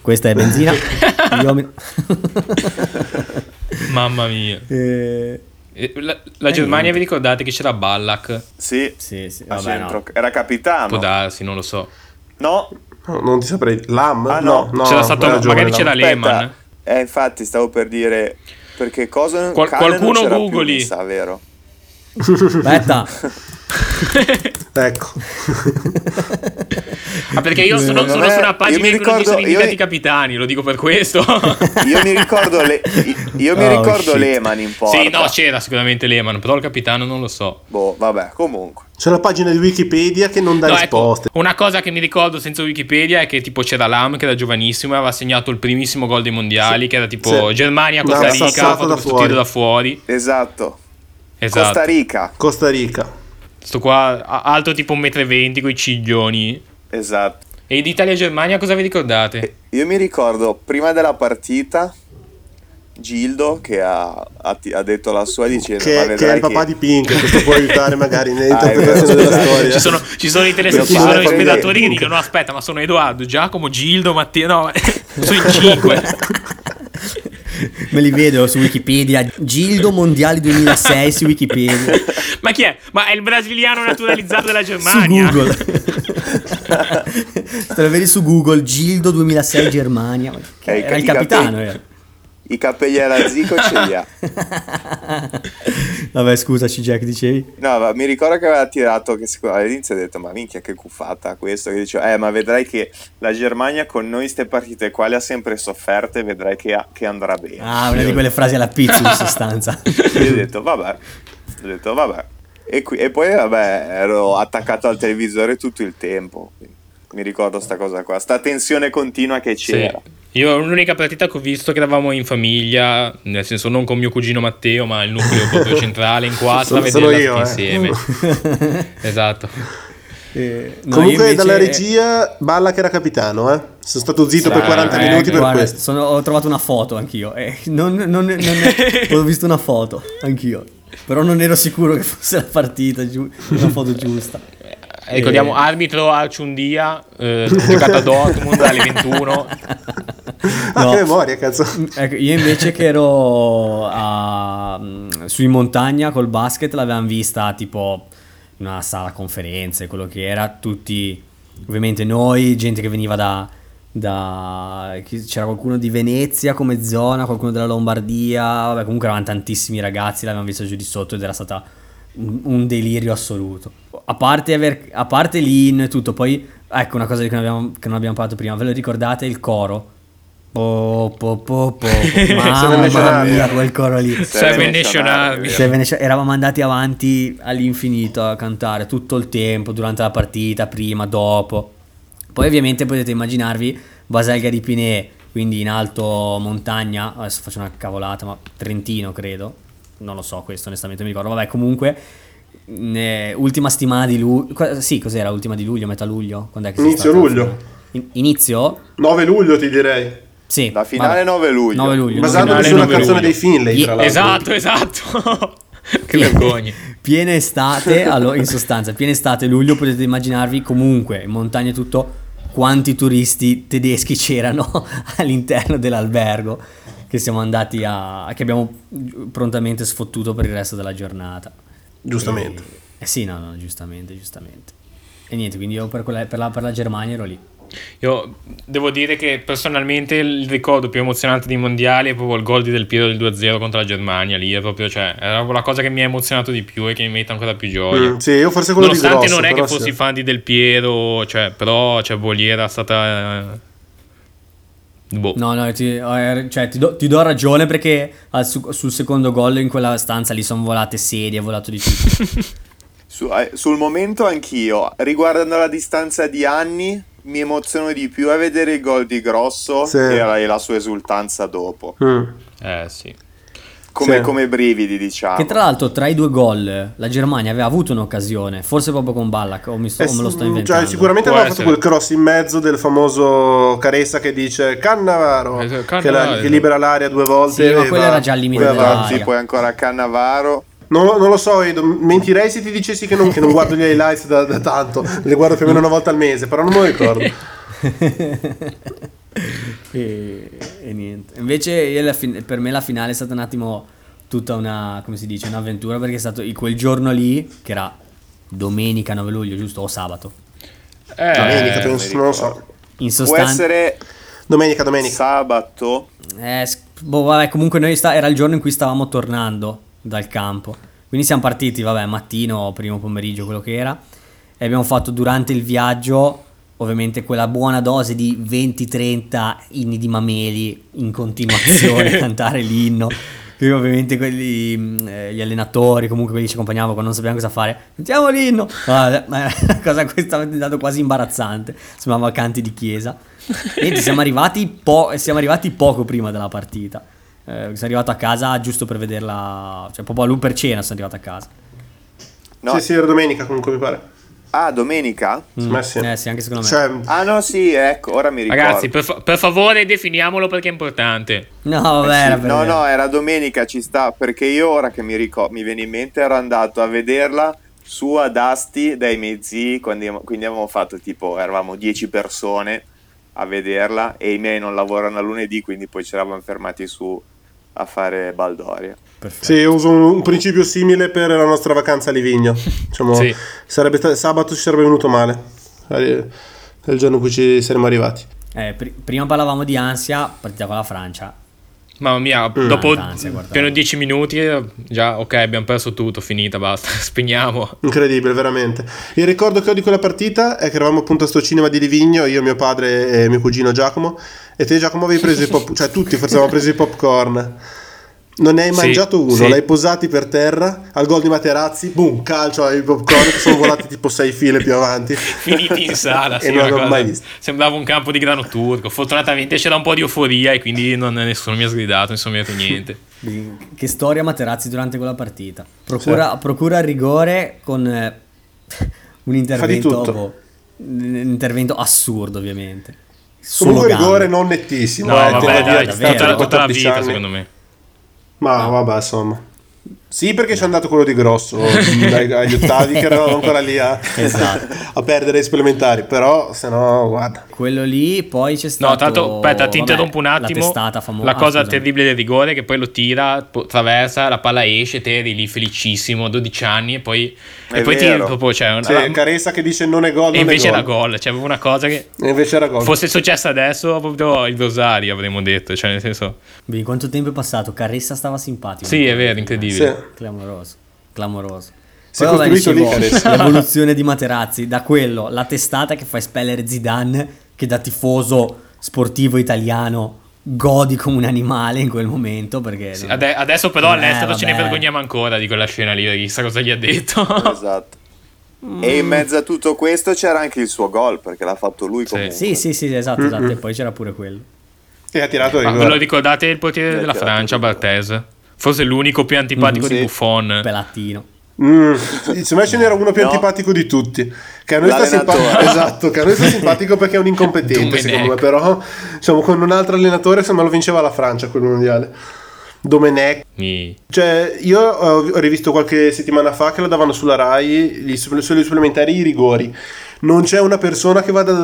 Speaker 2: Questa è benzina. Gli uomini-
Speaker 3: Mamma mia.
Speaker 2: Eh,
Speaker 3: Eh, La, la Germania, vi ricordate che c'era Ballack?
Speaker 1: sì,
Speaker 2: sì, sì,
Speaker 1: a
Speaker 2: vabbè, no.
Speaker 1: centro. Era
Speaker 3: Può
Speaker 1: capitano.
Speaker 3: darsi, non lo so.
Speaker 1: No,
Speaker 4: No, non ti saprei. Lam?
Speaker 1: Ah,
Speaker 4: no,
Speaker 1: no.
Speaker 4: no.
Speaker 3: C'era stato-
Speaker 4: era giovane
Speaker 3: magari c'era
Speaker 4: Lam.
Speaker 3: lì. Lehman.
Speaker 1: aspetta. Eh, infatti stavo per dire perché cosa
Speaker 3: Qual-
Speaker 1: Cane non
Speaker 3: qualcuno
Speaker 1: c'era più,
Speaker 3: googli.
Speaker 1: mi sa, vero?
Speaker 2: Aspetta,
Speaker 4: Ecco.
Speaker 3: Ah, perché
Speaker 4: Eh,
Speaker 3: io sono,
Speaker 1: Secondo
Speaker 3: sono
Speaker 1: me-
Speaker 3: su una
Speaker 1: io mi
Speaker 3: pagina in cui non ci
Speaker 1: ricordo-
Speaker 3: sono
Speaker 1: io-
Speaker 3: indicati i capitani, lo dico per questo.
Speaker 1: Io mi ricordo, le, io mi
Speaker 2: Oh,
Speaker 1: ricordo
Speaker 2: shit.
Speaker 1: Lehman in porta.
Speaker 3: Sì, no, c'era sicuramente Lehman, però il capitano non lo so.
Speaker 1: Boh, vabbè, comunque.
Speaker 4: C'è una pagina di Wikipedia che non dà
Speaker 3: No, ecco,
Speaker 4: risposte.
Speaker 3: una cosa che mi ricordo senza Wikipedia è che tipo c'era Lam che era giovanissimo e aveva segnato il primissimo gol dei mondiali, che era tipo
Speaker 4: Sì.
Speaker 3: Germania, Costa
Speaker 4: L'ha
Speaker 3: Rica, ha
Speaker 4: sassato
Speaker 3: fatto
Speaker 4: da
Speaker 3: questo
Speaker 4: fuori.
Speaker 3: tiro da fuori.
Speaker 1: Esatto.
Speaker 3: Esatto.
Speaker 1: Costa Rica.
Speaker 4: Costa Rica.
Speaker 3: Sto qua a- alto tipo 1,20 m con i ciglioni.
Speaker 1: Esatto.
Speaker 3: E d'Italia e Germania cosa vi
Speaker 4: Eh,
Speaker 3: ricordate?
Speaker 1: Io mi ricordo prima della partita Gildo che ha, ha ti- ha detto la sua dicendo "Ma
Speaker 4: Che, che è
Speaker 1: vedrai
Speaker 4: il papà
Speaker 1: che-"
Speaker 4: di Pink, questo può aiutare magari
Speaker 1: Ah, è
Speaker 4: nell'interpretazione
Speaker 1: vero,
Speaker 4: della
Speaker 1: scusate.
Speaker 4: storia.
Speaker 3: Ci sono, ci sono i teles-
Speaker 1: Mio
Speaker 3: ci
Speaker 1: padre
Speaker 3: sono gli
Speaker 1: fa vedere.
Speaker 3: spettatori che dicono: aspetta, ma sono Edoardo, Giacomo, Gildo, Mattia. No, sono in 5.
Speaker 2: me li vedo su Wikipedia. Gildo Mondiali 2006 su Wikipedia.
Speaker 3: Ma chi è? Ma è il brasiliano naturalizzato della
Speaker 2: Su
Speaker 3: Germania.
Speaker 2: Google. Te lo vedi su Google, Gildo 2006 Germania. Ma che-
Speaker 1: Eh,
Speaker 2: Era il
Speaker 1: i capelli-
Speaker 2: capitano. era.
Speaker 1: I capelli alla Zico ce li ha.
Speaker 2: Vabbè, scusaci Jack, dicevi?
Speaker 1: No, ma mi ricordo che aveva tirato che secondo- all'inizio ha detto "Ma minchia che cuffata questo", che diceva "Eh, ma vedrai che la Germania con noi ste partite qua le ha sempre sofferte, vedrai che, ha- che andrà bene".
Speaker 2: Ah, una di quelle frasi alla pizza in sostanza.
Speaker 1: Io ho detto vabbè, ho detto vabbè. E, qui- e poi vabbè, ero attaccato al televisore tutto il tempo. Mi ricordo sta cosa qua, sta tensione continua che
Speaker 3: Sì.
Speaker 1: c'era.
Speaker 3: Io l'unica partita che ho visto che eravamo in famiglia, nel senso non con mio cugino Matteo, ma il nucleo proprio centrale in quattro a
Speaker 4: Sono- sono
Speaker 3: vederla
Speaker 4: io,
Speaker 3: tutti
Speaker 4: eh.
Speaker 3: insieme. esatto.
Speaker 2: Eh, no,
Speaker 4: Comunque
Speaker 2: io invece- Eh,
Speaker 4: dalla regia balla che era capitano, eh. Sono stato zitto per
Speaker 3: Dai,
Speaker 4: 40
Speaker 3: eh,
Speaker 4: minuti per
Speaker 2: guarda,
Speaker 4: questo.
Speaker 2: sono- ho trovato una foto anch'io. eh, non, non- non- ho visto una foto anch'io. Però non ero sicuro che fosse la partita, giu- una foto giusta.
Speaker 3: Eh, Ricordiamo
Speaker 2: Eh.
Speaker 3: arbitro Arciundia, eh, giocato a Dortmund alle 21.
Speaker 4: Ah,
Speaker 2: No.
Speaker 4: che memoria, cazzo.
Speaker 2: Ecco, io invece che ero a, su in montagna col basket l'avevamo vista tipo in una sala conferenze, quello che era, tutti ovviamente noi, gente che veniva da, da- chi- c'era qualcuno di Venezia come zona, qualcuno della Lombardia, vabbè, comunque erano tantissimi ragazzi, l'avevamo visto giù di sotto ed era stata un, un delirio assoluto. A parte, aver, a parte l'in e tutto, poi ecco una cosa di cui non abbiamo, che non abbiamo parlato prima, ve lo ricordate il coro? Po, po, po, po, po.
Speaker 4: ne
Speaker 2: Mamma
Speaker 4: scenavano.
Speaker 2: mia, quel coro lì.
Speaker 3: Seven Nation Army.
Speaker 2: Se ve ne- eravamo andati avanti all'infinito a cantare tutto il tempo, durante la partita, prima, dopo. Poi ovviamente potete immaginarvi Baselga di Pinè, quindi in alto montagna, adesso faccio una cavolata, ma Trentino credo, non lo so questo onestamente non mi ricordo, vabbè comunque ne- ultima stimata di luglio, sì cos'era ultima di luglio, metà luglio? Quando è che si è
Speaker 4: Inizio
Speaker 2: stata-
Speaker 4: luglio.
Speaker 2: In- inizio?
Speaker 4: 9 luglio ti direi.
Speaker 2: Sì.
Speaker 1: La finale
Speaker 2: vabbè.
Speaker 1: 9 luglio.
Speaker 2: 9 luglio.
Speaker 4: Basandomi
Speaker 3: finale
Speaker 4: su una
Speaker 3: nove
Speaker 4: canzone
Speaker 3: luglio.
Speaker 4: dei Finlay,
Speaker 2: Ye-
Speaker 4: tra
Speaker 3: Esatto,
Speaker 4: l'altro.
Speaker 3: esatto. che
Speaker 2: Piena-
Speaker 3: vergogna.
Speaker 2: Piena estate, allora, in sostanza, piena estate, luglio, potete immaginarvi comunque, in montagna e tutto, quanti turisti tedeschi c'erano all'interno dell'albergo che siamo andati a... che abbiamo prontamente sfottuto per il resto della giornata.
Speaker 4: Giustamente.
Speaker 2: E- eh sì, no, no, giustamente, giustamente. E niente, quindi io per, quella- per la, per la Germania ero lì.
Speaker 3: Io devo dire che personalmente il ricordo più emozionante dei mondiali è proprio il gol di Del Piero del 2-0 contro la Germania. Lì è proprio, cioè, era proprio la cosa che mi ha emozionato di più e che mi mette ancora più gioia.
Speaker 4: Mm, sì, io forse quello
Speaker 3: Nonostante
Speaker 4: di grosso,
Speaker 3: non è che
Speaker 4: però
Speaker 3: fossi
Speaker 4: sì.
Speaker 3: fan di Del Piero, cioè, però, cioè, Bollier era stata. eh, Boh.
Speaker 2: No, no, ti, eh, cioè, ti, do, ti do ragione perché al su- sul secondo gol in quella stanza lì sono volate sedie, è volato di tutto.
Speaker 1: Su- eh, sul momento anch'io, riguardando la distanza di anni, mi emoziono di più a vedere il gol di Grosso
Speaker 4: Sì.
Speaker 1: e la, e la sua esultanza dopo.
Speaker 4: Mm.
Speaker 3: Eh sì.
Speaker 1: Come,
Speaker 4: Sì.
Speaker 1: come brividi, diciamo.
Speaker 2: Che tra l'altro tra i due gol la Germania aveva avuto un'occasione, forse proprio con Ballack, o, mi sto-
Speaker 4: Eh,
Speaker 2: o me lo sto
Speaker 4: mm,
Speaker 2: inventando.
Speaker 4: Cioè, sicuramente
Speaker 3: Può
Speaker 4: aveva fatto
Speaker 3: essere.
Speaker 4: quel cross in mezzo del famoso Caressa che dice Cannavaro,
Speaker 3: Eh, sì,
Speaker 4: Che,
Speaker 3: Cannavaro.
Speaker 4: la- che libera l'aria due volte.
Speaker 2: Sì, ma
Speaker 4: e
Speaker 2: quello
Speaker 4: va-
Speaker 2: era già al limite
Speaker 4: e va
Speaker 2: della-
Speaker 4: avanti.
Speaker 1: Anzi, poi ancora Cannavaro.
Speaker 4: Non, lo- non lo so, Edo, mentirei se ti dicessi che non, che non guardo gli highlights da, da tanto, li guardo più o meno una volta al mese, però non me lo ricordo.
Speaker 2: e, e niente. Invece io la fin- per me la finale è stata un attimo tutta una, come si dice, un'avventura perché è stato il- quel giorno lì, che era domenica 9 luglio, giusto? O sabato.
Speaker 3: Eh,
Speaker 4: Domenica,
Speaker 1: mi
Speaker 4: penso, non lo so.
Speaker 2: In
Speaker 1: Può
Speaker 2: sostanza...
Speaker 1: essere
Speaker 4: Domenica, domenica.
Speaker 1: sabato.
Speaker 2: Eh, s- boh, vabbè, comunque noi sta- era il giorno in cui stavamo tornando dal campo. Quindi siamo partiti, vabbè, mattino, primo pomeriggio, quello che era. E abbiamo fatto durante il viaggio, ovviamente, quella buona dose di 20-30 inni di mameli in continuazione, cantare l'inno. Che ovviamente quelli, mh, eh, gli allenatori, comunque quelli che ci accompagnavano quando non sapevamo cosa fare, sentiamo l'inno. Ah, ma è una cosa questa è diventata quasi imbarazzante. Sembrava canti di chiesa. Niente, siamo arrivati, po- siamo arrivati poco prima della partita. Eh, sono arrivato a casa giusto per vederla, cioè proprio a lui per cena sono arrivato a casa.
Speaker 1: No.
Speaker 4: Sì, sì, era domenica comunque mi pare.
Speaker 1: Ah, domenica?
Speaker 4: Ma sì.
Speaker 2: Eh sì, anche secondo me.
Speaker 4: Mm. Cioè,
Speaker 1: Ah no, sì, ecco, ora mi ricordo.
Speaker 3: Ragazzi, per, fa- per favore definiamolo perché è importante.
Speaker 2: No,
Speaker 4: eh
Speaker 2: vabbè, era
Speaker 1: Sì,
Speaker 2: per
Speaker 1: no,
Speaker 2: dire.
Speaker 1: no, era domenica, ci sta, perché io ora che mi, ricor- mi viene in mente ero andato a vederla su ad Asti dai miei zii, quindi, quindi avevamo fatto tipo, eravamo 10 persone a vederla e i miei non lavorano a lunedì, quindi poi ci eravamo fermati su a fare Baldoria.
Speaker 2: Perfetto.
Speaker 4: sì, io uso un, un principio simile per la nostra vacanza a Livigno. Diciamo,
Speaker 3: Sì.
Speaker 4: sarebbe sta- sabato ci sarebbe venuto male. Eh, È il giorno in cui ci saremmo arrivati.
Speaker 2: Eh, pri- prima parlavamo di ansia, partita con la Francia.
Speaker 3: Mamma mia,
Speaker 4: Mm.
Speaker 2: Ah,
Speaker 3: dopo
Speaker 2: anzi, guarda.
Speaker 3: più o meno 10 minuti, eh, già ok, abbiamo perso tutto, finita, basta, spegniamo.
Speaker 4: Incredibile, veramente. Il ricordo che ho di quella partita è che eravamo appunto a sto cinema di Livigno, io, mio padre e mio cugino Giacomo, e te Giacomo avevi preso i popcorn, cioè tutti forse avevamo preso i popcorn. Non ne hai
Speaker 3: Sì,
Speaker 4: mangiato uno,
Speaker 3: sì.
Speaker 4: l'hai posati per terra, al gol di Materazzi, boom, calcio ai popcorn che sono volati tipo sei file più avanti.
Speaker 3: Finiti in sala, sì,
Speaker 4: e non
Speaker 3: una
Speaker 4: l'ho
Speaker 3: cosa-
Speaker 4: mai visto.
Speaker 3: sembrava un campo di grano turco. Fortunatamente c'era un po' di euforia e quindi non, nessuno mi ha sgridato, non sono detto niente.
Speaker 2: Che storia Materazzi durante quella partita. Procura, procura il rigore con eh, un intervento,
Speaker 4: tutto.
Speaker 2: boh, un intervento assurdo, ovviamente. Solo
Speaker 4: Comunque
Speaker 2: gambe.
Speaker 4: rigore non nettissimo,
Speaker 3: No,
Speaker 4: eh,
Speaker 2: te
Speaker 3: vabbè,
Speaker 2: la dia-
Speaker 3: dai,
Speaker 4: sta
Speaker 2: davvero,
Speaker 3: tutta, la-
Speaker 4: tra
Speaker 3: tutta la
Speaker 4: 14
Speaker 3: vita,
Speaker 4: anni.
Speaker 3: secondo me.
Speaker 4: Ma vabbè, insomma. Sì, perché ci è andato quello di grosso dai- agli ottavi, che eravamo ancora lì a,
Speaker 2: Esatto.
Speaker 4: a perdere i supplementari. Però, se no, guarda.
Speaker 2: Quello lì, poi c'è stato...
Speaker 3: No, tanto, aspetta,
Speaker 2: vabbè,
Speaker 3: ti interrompo un attimo.
Speaker 2: La testata famosa.
Speaker 3: La cosa
Speaker 2: ah, scusami.
Speaker 3: terribile del rigore è che poi lo tira, po- traversa, la palla esce, te eri lì felicissimo, 12 anni e poi, e
Speaker 1: È
Speaker 3: poi ti...
Speaker 1: vero.
Speaker 3: Proprio, cioè,
Speaker 4: C'è
Speaker 3: la-
Speaker 4: Caressa che dice non è gol, non
Speaker 3: e
Speaker 4: è
Speaker 3: invece era
Speaker 4: gol.
Speaker 3: gol, cioè avevo una cosa che...
Speaker 4: E invece era gol.
Speaker 3: Fosse successo adesso, proprio il rosario avremmo detto, cioè nel senso...
Speaker 2: Vedi quanto tempo è passato? Caressa stava simpatico.
Speaker 3: Sì, è vero, incredibile.
Speaker 4: Sì.
Speaker 2: Clamoroso, clamoroso.
Speaker 4: Si è
Speaker 2: Però, vabbè,
Speaker 4: costruito
Speaker 2: dicevo,
Speaker 4: lì, Caressa.
Speaker 2: l'evoluzione di Materazzi da quello, la testata che fa espellere Zidane, che da tifoso sportivo italiano godi come un animale in quel momento. Perché
Speaker 3: Sì,
Speaker 2: non-
Speaker 3: ade- adesso però
Speaker 2: Eh,
Speaker 3: all'estero ce ne
Speaker 2: vabbè.
Speaker 3: vergogniamo ancora di quella scena lì, chissà cosa gli ha detto.
Speaker 1: Esatto.
Speaker 2: Mm.
Speaker 1: E in mezzo a tutto questo c'era anche il suo gol perché l'ha fatto lui comunque.
Speaker 2: Sì, sì, sì, esatto, esatto. E poi c'era pure quello.
Speaker 4: E ha tirato il
Speaker 3: Ma ve lo
Speaker 4: rigore.
Speaker 3: ricordate il portiere
Speaker 1: Eh,
Speaker 3: della
Speaker 1: certo.
Speaker 3: Francia, Barthez? Forse l'unico più antipatico
Speaker 1: Mhm,
Speaker 3: di
Speaker 1: sì.
Speaker 3: Buffon.
Speaker 2: Pelatino.
Speaker 4: Mm, Secondo me ce n'era uno più
Speaker 1: No.
Speaker 4: antipatico di tutti. Che a noi sta
Speaker 1: L'allenatore.
Speaker 4: simpatico. Esatto, che a noi sta simpatico perché è un incompetente,
Speaker 3: Domenech.
Speaker 4: secondo me. Però, diciamo, con un altro allenatore, se me lo vinceva la Francia quel mondiale. Domenech.
Speaker 3: Mi-
Speaker 4: Cioè, io ho ho rivisto qualche settimana fa che lo davano sulla Rai, gli supp- sulle supplementari, i rigori. Non c'è una persona che vada da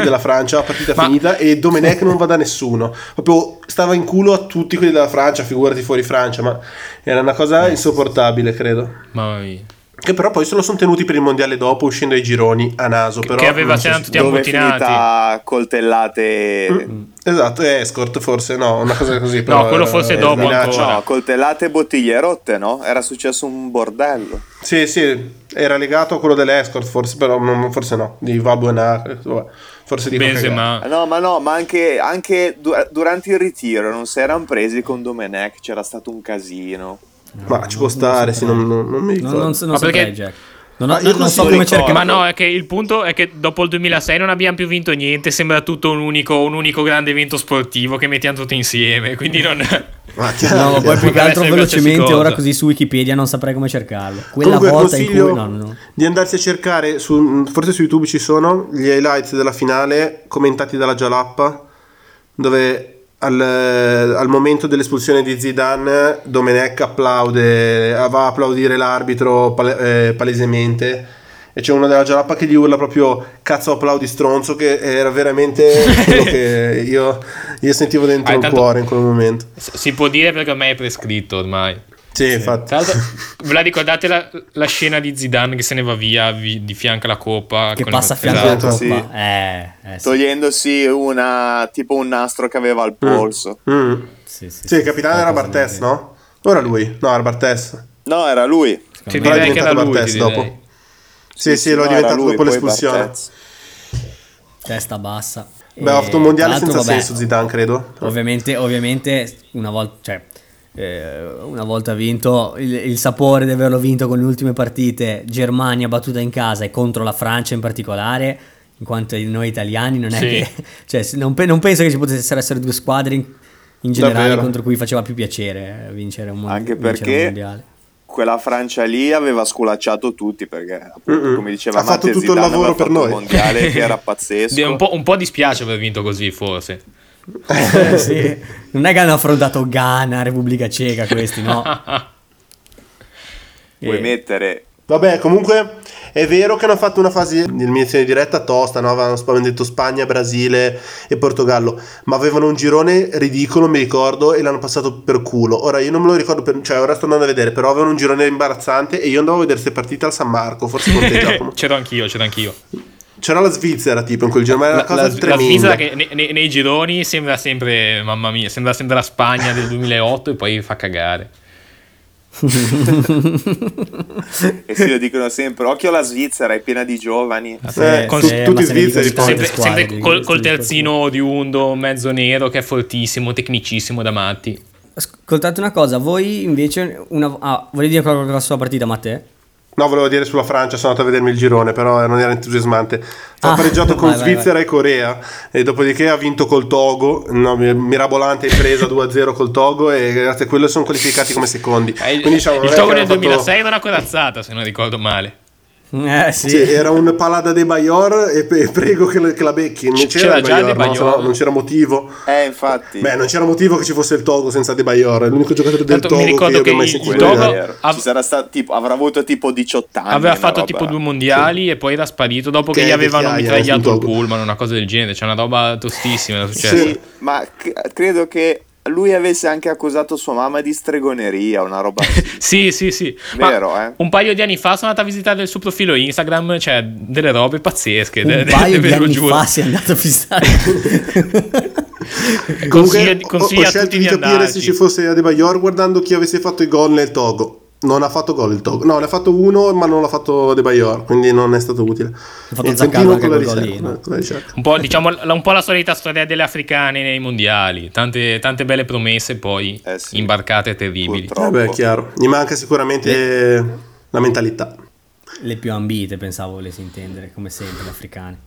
Speaker 4: della Francia a partita
Speaker 3: Ma-
Speaker 4: finita e Domenech non va da nessuno. Proprio stava in culo a tutti quelli della Francia, figurati fuori Francia, ma era una
Speaker 3: Eh,
Speaker 4: cosa insopportabile, credo.
Speaker 3: Mamma mia.
Speaker 4: Che però poi se lo sono tenuti per il mondiale dopo, uscendo ai gironi a naso. però
Speaker 3: che aveva
Speaker 4: non so
Speaker 3: tanto
Speaker 4: se-
Speaker 3: tempo-
Speaker 1: Dove è
Speaker 3: ammutinati.
Speaker 1: finita a coltellate
Speaker 3: Mm.
Speaker 4: Esatto, è escort forse, no, una cosa così. però eh,
Speaker 3: quello
Speaker 4: era-
Speaker 3: forse
Speaker 4: era
Speaker 3: dopo
Speaker 4: minaccia.
Speaker 3: ancora.
Speaker 1: Esatto. No, coltellate e bottiglie rotte, no? Era successo un bordello.
Speaker 4: Sì, sì, era legato a quello dell'escort, forse, però non- forse no, di Valbuena, vabbè, forse di Benzema.
Speaker 3: Benzema.
Speaker 1: Ah, No, ma no, ma anche, anche du- durante il ritiro non si erano presi con Domenech, c'era stato un casino.
Speaker 4: Ma ci può stare, sì, non, non- non mi
Speaker 2: Non,
Speaker 4: ricordo.
Speaker 2: non, so- non
Speaker 3: Ma
Speaker 2: saprei,
Speaker 3: perché-
Speaker 2: Jack. Non,
Speaker 4: Ma
Speaker 2: non-
Speaker 4: io
Speaker 2: non so
Speaker 4: consiglio-
Speaker 2: come cercare.
Speaker 3: Ma no, è che il punto è che dopo il 2006 non abbiamo più vinto niente, sembra tutto un unico, un unico grande evento sportivo che mettiamo tutti insieme, quindi non...
Speaker 4: Ma chiaro,
Speaker 2: No, ma
Speaker 4: chiaro.
Speaker 2: poi più che
Speaker 3: Potrebbe
Speaker 2: altro
Speaker 3: essere
Speaker 2: velocemente
Speaker 3: qualsiasi
Speaker 2: ora
Speaker 3: cosa.
Speaker 2: così su Wikipedia non saprei come cercarlo. Quella
Speaker 4: Comunque
Speaker 2: volta in cui
Speaker 4: consiglio
Speaker 2: no, no, no.
Speaker 4: di andarsi a cercare, su, forse su YouTube ci sono, gli highlights della finale commentati dalla Gialappa, dove al, al momento dell'espulsione di Zidane Domenech applaude, eh, va a applaudire l'arbitro pale- eh, palesemente. E c'è uno della Gialappa che gli urla proprio cazzo applaudi stronzo che era veramente quello che io, io sentivo dentro
Speaker 3: Ah,
Speaker 4: il
Speaker 3: tanto-
Speaker 4: cuore in quel momento.
Speaker 3: S- si può dire perché ormai è prescritto ormai.
Speaker 4: Sì, infatti.
Speaker 3: Tra l'altro, ve la ricordate la, la scena di Zidane che se ne va via vi- di fianco alla coppa?
Speaker 2: Che
Speaker 3: con-
Speaker 2: passa a fianco alla
Speaker 3: Esatto.
Speaker 2: coppa.
Speaker 1: sì.
Speaker 2: Eh, eh, sì,
Speaker 1: Togliendosi una, tipo un nastro che aveva al polso.
Speaker 4: Mm.
Speaker 2: sì, sì,
Speaker 4: Sì, il capitano era
Speaker 2: qualcosa
Speaker 4: Bartes,
Speaker 2: del
Speaker 4: no? Ora lui, no, era Bartes.
Speaker 1: No, era lui.
Speaker 3: Ti
Speaker 4: Però è
Speaker 3: Cioè, direi che era
Speaker 4: diventato
Speaker 3: lui,
Speaker 4: Bartes
Speaker 3: ti direi.
Speaker 4: dopo. Sì, sì,
Speaker 1: no,
Speaker 4: l'ho
Speaker 1: era
Speaker 4: diventato
Speaker 1: lui,
Speaker 4: dopo
Speaker 1: poi
Speaker 4: l'espulsione.
Speaker 1: Barthez.
Speaker 2: genere. Testa bassa.
Speaker 4: Beh, ha
Speaker 2: E,
Speaker 4: fatto un mondiale
Speaker 2: tra l'altro,
Speaker 4: senza
Speaker 2: vabbè,
Speaker 4: senso Zidane, credo.
Speaker 2: Ovviamente, ovviamente una volta, cioè, eh, una volta vinto il, il sapore di averlo vinto con le ultime partite, Germania battuta in casa e contro la Francia in particolare, in quanto noi italiani non è
Speaker 3: Sì.
Speaker 2: che, cioè, se- non, pe- non penso che ci potessero essere due squadre in, in generale
Speaker 4: Davvero.
Speaker 2: contro cui faceva più piacere eh, vincere un, mon-
Speaker 1: Anche
Speaker 2: vincere un
Speaker 1: perché
Speaker 2: mondiale.
Speaker 1: quella Francia lì aveva sculacciato tutti perché, appunto,
Speaker 4: Mm-mm.
Speaker 1: come diceva
Speaker 4: Ha fatto
Speaker 1: Matte,
Speaker 4: tutto il
Speaker 1: Zidane
Speaker 4: lavoro
Speaker 1: aveva
Speaker 4: per
Speaker 1: fatto
Speaker 4: noi.
Speaker 1: un mondiale che era pazzesco.
Speaker 3: Di- Un po', un po' dispiace aver vinto così, forse.
Speaker 2: Eh, sì. Non è che hanno affrontato Ghana, Repubblica Ceca questi, no?
Speaker 1: Vuoi
Speaker 2: Eh,
Speaker 1: mettere
Speaker 4: Vabbè, comunque è vero che hanno fatto una fase di eliminazione diretta tosta, no? avevano avevano detto Spagna, Brasile e Portogallo, ma avevano un girone ridicolo, mi ricordo, e l'hanno passato per culo. Ora io non me lo ricordo, per- cioè ora sto andando a vedere, però avevano un girone imbarazzante e io andavo a vedere queste partite al San Marco, forse con te Giacomo.
Speaker 3: c'ero anch'io, c'ero anch'io.
Speaker 4: C'era la Svizzera tipo in quel girone, ma era
Speaker 3: La,
Speaker 4: una cosa
Speaker 3: la, la
Speaker 4: tremenda.
Speaker 3: Svizzera che ne- ne- nei gironi sembra sempre, mamma mia, sembra sempre la Spagna del 2008 e poi fa cagare.
Speaker 1: E sì, lo dicono sempre. Occhio alla Svizzera, è piena di giovani.
Speaker 4: Eh,
Speaker 2: sì,
Speaker 4: con-
Speaker 2: sì,
Speaker 4: tutti
Speaker 2: ma se ne
Speaker 4: svizzeri,
Speaker 2: dicono
Speaker 4: poi.
Speaker 2: tante
Speaker 3: sempre
Speaker 2: squadre,
Speaker 3: sempre
Speaker 2: di-
Speaker 3: col,
Speaker 2: di-
Speaker 3: col
Speaker 2: di-
Speaker 3: terzino oriundo, mezzo nero, che è fortissimo, tecnicissimo da matti.
Speaker 2: Ascoltate una cosa, voi invece una... ah, volevi dire qualcosa sulla partita, Matteo?
Speaker 4: No, volevo dire sulla Francia, sono andato a vedermi il girone, però eh, non era entusiasmante. Ha
Speaker 2: Ah,
Speaker 4: pareggiato con
Speaker 2: vai, vai,
Speaker 4: Svizzera e Corea, e dopodiché ha vinto col Togo, una mi- mirabolante impresa 2-0 col Togo, e grazie a quello sono qualificati come secondi.
Speaker 3: Eh, il
Speaker 4: Quindi, diciamo, non
Speaker 3: il
Speaker 4: è
Speaker 3: gioco
Speaker 4: che
Speaker 3: del
Speaker 4: hanno fatto-
Speaker 3: 2006 era una corazzata, se non ricordo male.
Speaker 2: Eh sì.
Speaker 4: Sì, era un palada de Bayor e pe- prego che, la- che la becchi. Non
Speaker 3: C-
Speaker 4: c'era,
Speaker 3: c'era già
Speaker 4: De Bayor,
Speaker 3: De
Speaker 4: no?
Speaker 3: Bayor.
Speaker 4: Sennò non c'era motivo.
Speaker 1: Eh, infatti.
Speaker 4: Beh, non c'era motivo che ci fosse il Togo senza De Bayor. È l'unico giocatore del
Speaker 3: Tanto mi
Speaker 4: Togo che
Speaker 3: ricordo
Speaker 4: io abbia
Speaker 3: che
Speaker 4: mai
Speaker 3: il- il
Speaker 4: sentito.
Speaker 3: Togo-
Speaker 4: nominare.
Speaker 1: Player. Ci sarà stato tipo, avrà avuto tipo 18
Speaker 4: Ah,
Speaker 1: anni.
Speaker 3: Aveva
Speaker 1: una
Speaker 3: fatto
Speaker 1: roba-
Speaker 3: tipo due mondiali e poi era sparito dopo che,
Speaker 4: Che
Speaker 3: gli avevano
Speaker 4: vecchiaia,
Speaker 3: mitragliato il
Speaker 4: appunto.
Speaker 3: pullman, una cosa del genere. C'è una roba tostissima. È successa.
Speaker 1: Sì, ma c- credo che lui avesse anche accusato sua mamma di stregoneria, una roba
Speaker 3: Sì, sì, sì.
Speaker 1: Vero,
Speaker 3: Ma
Speaker 1: eh.
Speaker 3: Un paio di anni fa sono andato a visitare il suo profilo Instagram, cioè delle robe pazzesche.
Speaker 2: Un
Speaker 3: de- de-
Speaker 2: paio di
Speaker 3: ve lo
Speaker 2: anni
Speaker 3: Eh, giuro.
Speaker 2: fa si è andato a fissare.
Speaker 4: Comunque,
Speaker 3: Consiglio-
Speaker 4: ho-
Speaker 3: consiglio
Speaker 4: ho,
Speaker 3: a
Speaker 4: scelto
Speaker 3: tutti
Speaker 4: di
Speaker 3: di
Speaker 4: capire
Speaker 3: andarci.
Speaker 4: se ci fosse Adebayor guardando chi avesse fatto i gol nel Togo. Non ha fatto gol il Togo. No, ne ha fatto uno, ma non l'ha fatto Adebayor, quindi non è stato utile. Ha
Speaker 2: fatto Zaccagno anche quel gol lì, no?
Speaker 4: Eh,
Speaker 3: Un po', diciamo, la- un po' la solita storia delle africane nei mondiali. Tante, tante belle promesse, poi
Speaker 1: Eh sì.
Speaker 3: imbarcate terribili.
Speaker 1: Purtroppo.
Speaker 4: Vabbè, è chiaro. Gli manca sicuramente la mentalità.
Speaker 2: Le più ambite, pensavo volessi intendere, come sempre, le africane.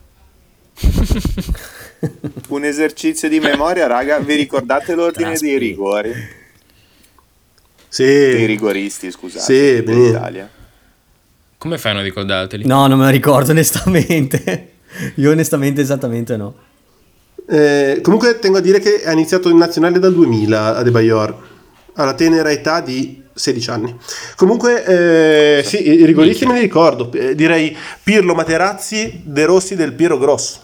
Speaker 1: Un esercizio di memoria, raga. Vi ricordate l'ordine
Speaker 2: Traspi.
Speaker 1: dei rigori? Dei
Speaker 4: Sì.
Speaker 1: rigoristi, scusate.
Speaker 4: Sì, bene.
Speaker 1: dell'Italia.
Speaker 3: Come fai a non ricordarteli?
Speaker 2: No, non me la ricordo onestamente. Io onestamente esattamente no.
Speaker 4: Eh, comunque tengo a dire che ha iniziato in nazionale dal 2000 Adebayor, alla tenera età di 16 anni. Comunque, eh, sì, i rigoristi me li ricordo. Eh, direi Pirlo Materazzi, De Rossi del Piero Grosso.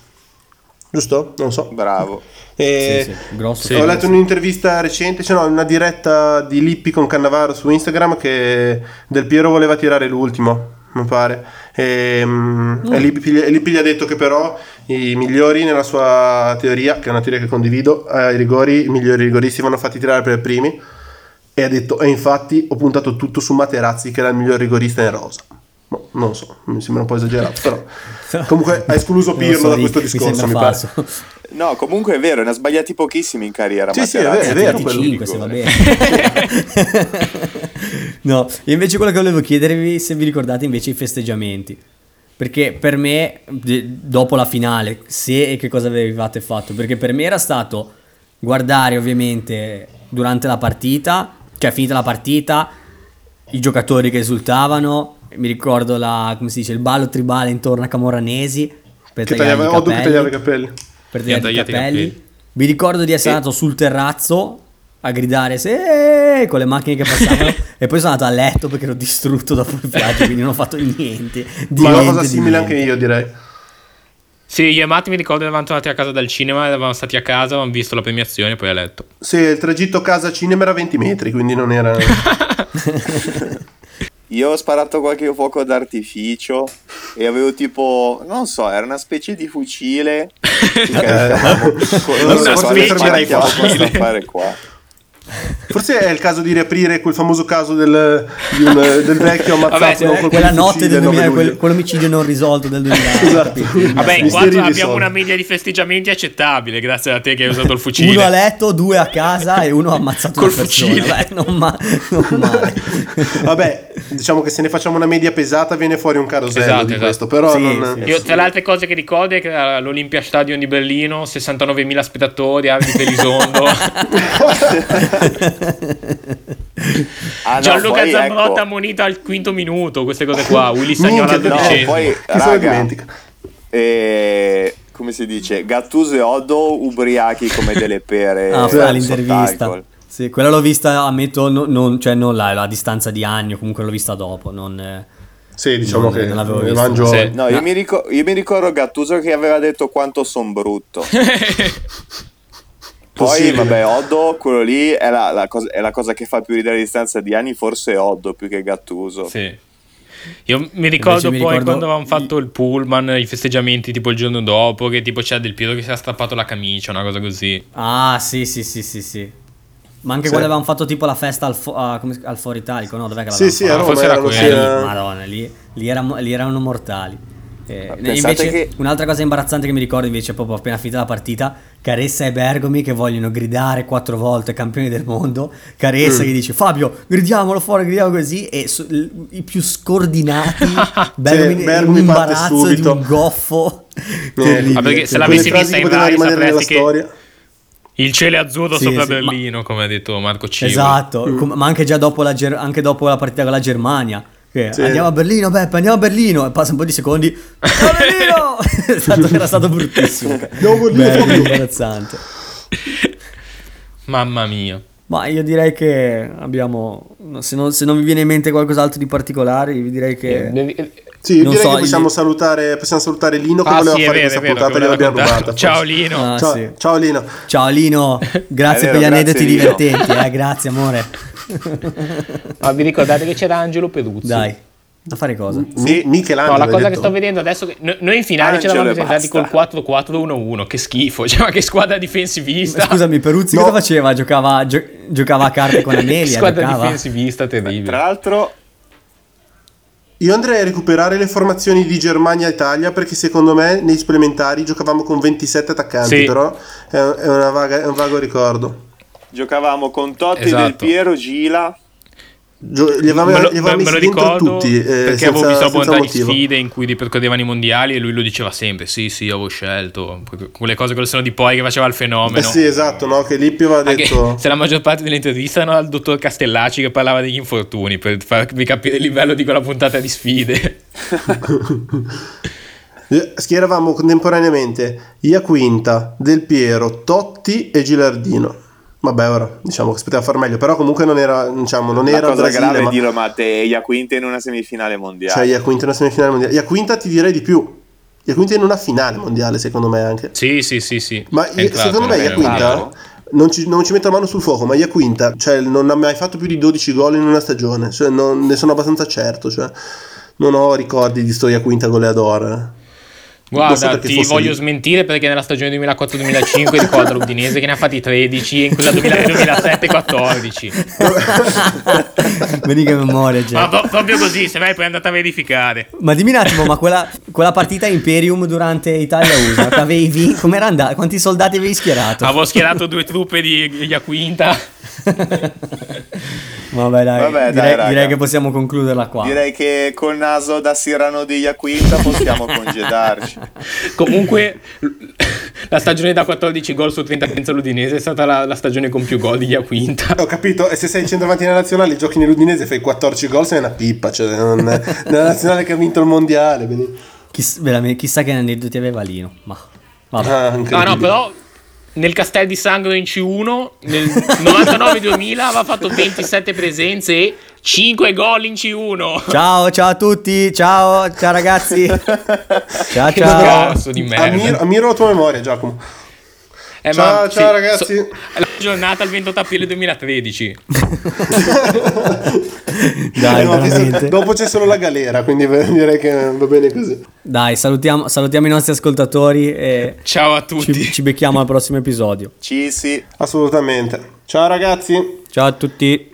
Speaker 4: Giusto? Non lo so.
Speaker 1: Bravo.
Speaker 4: Eh,
Speaker 2: Sì, sì, grosso.
Speaker 3: sì.
Speaker 4: Ho
Speaker 2: sì.
Speaker 4: letto un'intervista recente, cioè no, una diretta di Lippi con Cannavaro su Instagram che Del Piero voleva tirare l'ultimo, mi pare. E, mm, e Lippi, e Lippi gli ha detto che però i migliori nella sua teoria, che è una teoria che condivido, ai rigori, i migliori rigoristi vanno fatti tirare per primi. E ha detto, e infatti ho puntato tutto su Materazzi che era il miglior rigorista in rosa. Boh, non lo so, mi sembra un po' esagerato, però... Comunque ha escluso
Speaker 2: Non lo
Speaker 4: Pirlo
Speaker 2: so,
Speaker 4: da
Speaker 2: Rick,
Speaker 4: questo discorso, mi,
Speaker 2: sembra
Speaker 4: pare.
Speaker 2: falso.
Speaker 1: No, comunque è vero, ne ha sbagliati pochissimi in carriera.
Speaker 4: Sì, sì, è
Speaker 1: Materazzi.
Speaker 4: vero, Eh, è vero quello. eh.
Speaker 2: 25 se va
Speaker 1: Rigore.
Speaker 2: bene. no, io invece quello che volevo chiedervi se vi ricordate invece i festeggiamenti. Perché per me, d- dopo la finale, se e che cosa avevate fatto? Perché per me era stato guardare ovviamente durante la partita, cioè finita la partita, i giocatori che esultavano. Mi ricordo la, come si dice, il ballo tribale intorno a Camoranesi. Per
Speaker 4: Che
Speaker 2: tagliargli
Speaker 4: tagliava,
Speaker 2: i
Speaker 4: Oddo che
Speaker 2: capelli
Speaker 4: tagliava i capelli.
Speaker 2: per
Speaker 3: Mi
Speaker 2: tagliare
Speaker 3: ha
Speaker 2: i
Speaker 3: tagliato i
Speaker 2: capelli.
Speaker 3: capelli.
Speaker 2: Mi ricordo di essere
Speaker 1: E-
Speaker 2: andato sul terrazzo a gridare se con le macchine che passavano e poi sono andato a letto perché ero distrutto dopo il viaggio quindi non ho fatto niente. di
Speaker 4: Ma una
Speaker 2: niente,
Speaker 4: cosa
Speaker 2: di
Speaker 4: simile
Speaker 2: niente.
Speaker 4: anche io direi.
Speaker 3: Sì, io e Matt mi ricordo che eravamo tornati a casa dal cinema, eravamo stati a casa, avevamo visto la premiazione e poi a letto.
Speaker 4: Sì, il tragitto casa cinema era 20 metri, quindi non era...
Speaker 1: Io ho sparato qualche fuoco d'artificio e avevo tipo, non so, era una specie di fucile. Che caricavamo. Con-
Speaker 4: Una
Speaker 1: non so quale
Speaker 4: specie di
Speaker 1: macchina
Speaker 4: fucile.
Speaker 1: possa fare qua.
Speaker 4: Forse è il caso di riaprire quel famoso caso del, di un- del vecchio ammazzato
Speaker 3: Vabbè,
Speaker 4: col colpo
Speaker 2: Eh, cioè, Quella
Speaker 4: di
Speaker 2: notte
Speaker 4: fucile
Speaker 2: del
Speaker 4: il 9
Speaker 2: 2000,
Speaker 4: luglio.
Speaker 2: quel- quell'omicidio non risolto del 2000.
Speaker 4: Esatto.
Speaker 2: capito?
Speaker 3: Vabbè, in
Speaker 4: Misteri
Speaker 3: quattro
Speaker 4: risolti.
Speaker 3: abbiamo una media di festeggiamenti accettabile, grazie a te che hai usato il fucile.
Speaker 2: Uno a letto, due a casa e uno ha ammazzato
Speaker 3: Col
Speaker 2: una persona.
Speaker 3: fucile.
Speaker 2: Beh, non, ma- non male.
Speaker 4: Vabbè, diciamo che se ne facciamo una media pesata viene fuori un carosello
Speaker 3: Esatto,
Speaker 4: di
Speaker 3: esatto.
Speaker 4: questo, però
Speaker 2: Sì,
Speaker 4: non...
Speaker 1: Eh,
Speaker 2: sì.
Speaker 3: Io, tra le altre cose che ricordo è che all'Olympia Stadium di Berlino 69.000 spettatori, Arvi Pelisondo,
Speaker 1: Ah, no,
Speaker 3: Gianluca
Speaker 1: poi,
Speaker 3: Zambrotta
Speaker 1: ecco,
Speaker 3: ammonito al quinto minuto, queste cose qua, Ah, Willy
Speaker 4: Minchia,
Speaker 3: Sagnola al
Speaker 4: no,
Speaker 1: No,
Speaker 3: dodicesimo.
Speaker 1: poi,
Speaker 4: Chi se lo
Speaker 1: raga,
Speaker 4: dimentica?
Speaker 1: eh, come si dice? Gattuso e Oddo ubriachi come delle
Speaker 4: Eh,
Speaker 1: pere.
Speaker 2: Ah,
Speaker 1: sotto
Speaker 2: fa l'intervista.
Speaker 1: alcol.
Speaker 2: Sì, quella l'ho vista, ammetto, no- non, cioè non là, a distanza di anni, o comunque l'ho vista dopo, non... eh,
Speaker 4: Sì, diciamo
Speaker 2: Non-
Speaker 4: che
Speaker 2: non l'avevo
Speaker 4: ne
Speaker 2: visto.
Speaker 4: mangio...
Speaker 3: Sì.
Speaker 1: No, Io, mi ricor- io mi ricordo Gattuso che aveva detto quanto son brutto. Poi,
Speaker 4: Possibile.
Speaker 1: vabbè, Oddo, quello lì è la, la cosa, è la cosa che fa più ridere a distanza di anni, forse Oddo più che Gattuso.
Speaker 3: Sì. Io mi ricordo
Speaker 2: mi
Speaker 3: poi
Speaker 2: ricordo-
Speaker 3: quando avevamo fatto il pullman, i festeggiamenti tipo il giorno dopo, che tipo c'era Del Piero che si era strappato la camicia, una cosa così.
Speaker 2: Ah, sì, sì, sì, sì, sì. Ma anche
Speaker 4: Sì.
Speaker 2: quando avevamo fatto tipo la festa al, fo- a- come si- al Foro Italico, no? Dov'è che l'avevamo
Speaker 4: Sì, sì,
Speaker 2: fatta?
Speaker 4: a
Speaker 3: Ah,
Speaker 4: Roma
Speaker 3: forse era
Speaker 4: erano-
Speaker 3: quello.
Speaker 4: sì, era-
Speaker 2: Madonna, lì, lì eram- lì erano mortali. Eh,
Speaker 1: Ma
Speaker 4: Ah,
Speaker 2: ne-
Speaker 1: pensate
Speaker 2: invece,
Speaker 1: che-
Speaker 2: un'altra cosa imbarazzante che mi ricordo invece, proprio appena finita la partita, Caressa e Bergomi che vogliono gridare quattro volte campioni del mondo.
Speaker 4: Mm.
Speaker 2: Caressa che dice Fabio, gridiamolo fuori, gridiamo così. E su- l- i più scordinati, Bergomi,
Speaker 4: Sì,
Speaker 2: in
Speaker 4: Bergomi
Speaker 2: un
Speaker 4: parte
Speaker 2: imbarazzo di
Speaker 4: subito.
Speaker 2: un goffo.
Speaker 4: Eh,
Speaker 2: terribile.
Speaker 3: Ah, perché se
Speaker 2: Cioè,
Speaker 4: Quelle
Speaker 3: l'avessi
Speaker 4: frasi
Speaker 3: vista
Speaker 4: che
Speaker 3: in
Speaker 4: potevano
Speaker 3: live
Speaker 4: rimanere nella
Speaker 3: sapresti che-
Speaker 4: storia.
Speaker 3: Il cielo è azzurro
Speaker 2: Sì,
Speaker 3: sopra
Speaker 2: sì, ma-
Speaker 3: Berlino, come ha detto Marco Civo.
Speaker 4: Mm.
Speaker 2: Esatto, com- ma anche già dopo la, Ger- anche dopo la partita con la Germania, che Che
Speaker 4: Sì.
Speaker 2: Andiamo a Berlino, Beppe, andiamo a Berlino. E passa un po' di secondi. "A Berlino! È stato- era stato bruttissimo.
Speaker 4: No, Berlino,
Speaker 2: Bello,
Speaker 4: proprio.
Speaker 2: imbarazzante.
Speaker 3: Mamma mia.
Speaker 2: Ma io direi che abbiamo. no, Se non, se non vi viene in mente qualcos'altro di particolare, vi direi
Speaker 1: Eh,
Speaker 2: che.
Speaker 4: Sì, io
Speaker 2: Non
Speaker 4: direi
Speaker 2: so,
Speaker 4: che possiamo,
Speaker 2: gli-
Speaker 4: salutare, possiamo salutare Lino che
Speaker 3: Ah,
Speaker 4: voleva
Speaker 3: sì, è
Speaker 4: fare
Speaker 3: vero, è
Speaker 4: questa
Speaker 3: vero,
Speaker 4: puntata
Speaker 3: che
Speaker 4: e gliel'abbiamo
Speaker 3: raccontato.
Speaker 4: rubata.
Speaker 3: Ciao Lino.
Speaker 2: Ah,
Speaker 4: ciao,
Speaker 2: sì.
Speaker 4: ciao Lino.
Speaker 2: Ciao Lino,
Speaker 1: È vero,
Speaker 2: grazie
Speaker 1: Eh,
Speaker 2: per gli
Speaker 1: grazie,
Speaker 2: aneddoti
Speaker 1: Lino.
Speaker 2: divertenti. eh, grazie, amore.
Speaker 5: Ma vi ricordate che c'era Angelo Peruzzi?
Speaker 2: Dai, a fare cosa?
Speaker 4: Mi- Michelangelo.
Speaker 5: No, la cosa
Speaker 4: hai
Speaker 5: che
Speaker 4: detto.
Speaker 5: sto vedendo adesso, che no- noi in finale ci eravamo
Speaker 1: Angelo e
Speaker 5: presentati col
Speaker 1: basta.
Speaker 5: 4-4-1-1, che schifo, cioè ma che squadra difensivista.
Speaker 2: Scusami, Peruzzi
Speaker 4: No.
Speaker 2: cosa faceva? Giocava, gio- giocava a carte con Amelia?
Speaker 5: squadra
Speaker 2: giocava?
Speaker 5: difensivista
Speaker 1: Tra
Speaker 5: terribile.
Speaker 1: l'altro,
Speaker 4: Io andrei a recuperare le formazioni di Germania e Italia perché secondo me nei supplementari giocavamo con 27 attaccanti,
Speaker 3: Sì.
Speaker 4: però è, è una vaga- è un vago ricordo.
Speaker 1: giocavamo con Totti,
Speaker 3: Esatto.
Speaker 1: Del Piero, Gila.
Speaker 4: Gio- li avevamo,
Speaker 3: Me lo,
Speaker 4: li avevamo
Speaker 3: me- me lo
Speaker 4: messi dentro
Speaker 3: ricordo
Speaker 4: tutti eh,
Speaker 3: perché
Speaker 4: senza,
Speaker 3: avevo visto abbondare di
Speaker 4: motivo.
Speaker 3: sfide in cui ripercorrevano i mondiali e lui lo diceva sempre: Sì, sì, avevo scelto. Que- Quelle cose con il seno di poi che faceva il
Speaker 4: Eh
Speaker 3: fenomeno.
Speaker 4: sì, esatto, no? che Lippio aveva
Speaker 3: Anche
Speaker 4: detto...
Speaker 3: se la maggior parte delle interviste erano al dottor Castellacci che parlava degli infortuni per farvi capire il livello di quella puntata di sfide.
Speaker 4: Eh, Schieravamo contemporaneamente Iaquinta, Del Piero, Totti e Gilardino. Vabbè, ora diciamo che si poteva far meglio, però comunque non era, diciamo, non
Speaker 1: La
Speaker 4: era il
Speaker 1: cosa
Speaker 4: Brasile,
Speaker 1: grave è
Speaker 4: ma-
Speaker 1: dirlo, ma te Iaquinta in una semifinale
Speaker 4: cioè
Speaker 1: mondiale.
Speaker 4: Iaquinta in una semifinale mondiale. Iaquinta ti direi di più. Iaquinta in una finale mondiale, secondo me anche.
Speaker 3: Sì, sì, sì, sì.
Speaker 4: Ma
Speaker 3: È
Speaker 4: io-
Speaker 3: entrato,
Speaker 4: secondo me
Speaker 3: è
Speaker 4: Iaquinta
Speaker 1: entrato.
Speaker 4: non ci, non ci metto la mano sul fuoco, ma Iaquinta cioè, non ha mai fatto più di 12 gol in una stagione, cioè, non- ne sono abbastanza certo, cioè, non ho ricordi di sto Iaquinta goleador. Non so
Speaker 3: Guarda,
Speaker 4: perché
Speaker 3: ti
Speaker 4: fosse
Speaker 3: voglio
Speaker 4: lì.
Speaker 3: smentire perché nella stagione 2004-2005 ricordo l'Udinese che ne ha fatti 13 e in quella 2007-14.
Speaker 2: Vedi che memoria, Jack.
Speaker 3: Ma pro- proprio così, se vai poi è andata a verificare.
Speaker 2: Ma dimmi un attimo, ma quella, quella partita Imperium durante Italia-USA, che avevi, com'era andata? Quanti soldati avevi schierato?
Speaker 3: Avevo schierato due truppe di Iaquinta.
Speaker 2: Vabbè, dai,
Speaker 1: Vabbè, dai,
Speaker 2: direi,
Speaker 1: raga.
Speaker 2: direi che possiamo concluderla qua.
Speaker 1: Direi che col naso da Sirano di Iaquinta possiamo congedarci.
Speaker 3: Comunque, la stagione da 14 gol su 30 senza l'Udinese è stata la, la stagione con più gol di Iaquinta.
Speaker 4: Ho capito, e se sei centravanti nella nazionale, giochi nell'Udinese, fai 14 gol, sei una pippa, cioè, non- nella nazionale che ha vinto il mondiale, quindi...
Speaker 2: Chiss- veramente, chissà che aneddoti aveva Lino, ma... Vabbè.
Speaker 4: Ah,
Speaker 3: No, no,
Speaker 4: incredibile.
Speaker 3: però nel Castel di Sangro in C1 nel 99-2000 aveva fatto 27 presenze e 5 gol in C1.
Speaker 2: Ciao, ciao a tutti, ciao, ciao ragazzi. ciao,
Speaker 3: Che
Speaker 2: ciao.
Speaker 3: cazzo Ah, di merda.
Speaker 4: Ah, Ammiro, ammiro la tua memoria, Giacomo.
Speaker 3: Eh,
Speaker 4: ciao,
Speaker 3: ma-
Speaker 4: ciao
Speaker 3: sì,
Speaker 4: ragazzi.
Speaker 3: so- la giornata il 28 aprile 2013.
Speaker 2: Dai,
Speaker 4: Eh, ma
Speaker 2: veramente.
Speaker 4: dopo c'è solo la galera, quindi direi che va bene così.
Speaker 2: Dai, salutiamo, salutiamo i nostri ascoltatori e
Speaker 3: Ciao a tutti.
Speaker 2: ci, ci becchiamo al prossimo episodio.
Speaker 1: Ci si.
Speaker 4: Assolutamente. Ciao ragazzi.
Speaker 2: Ciao a tutti.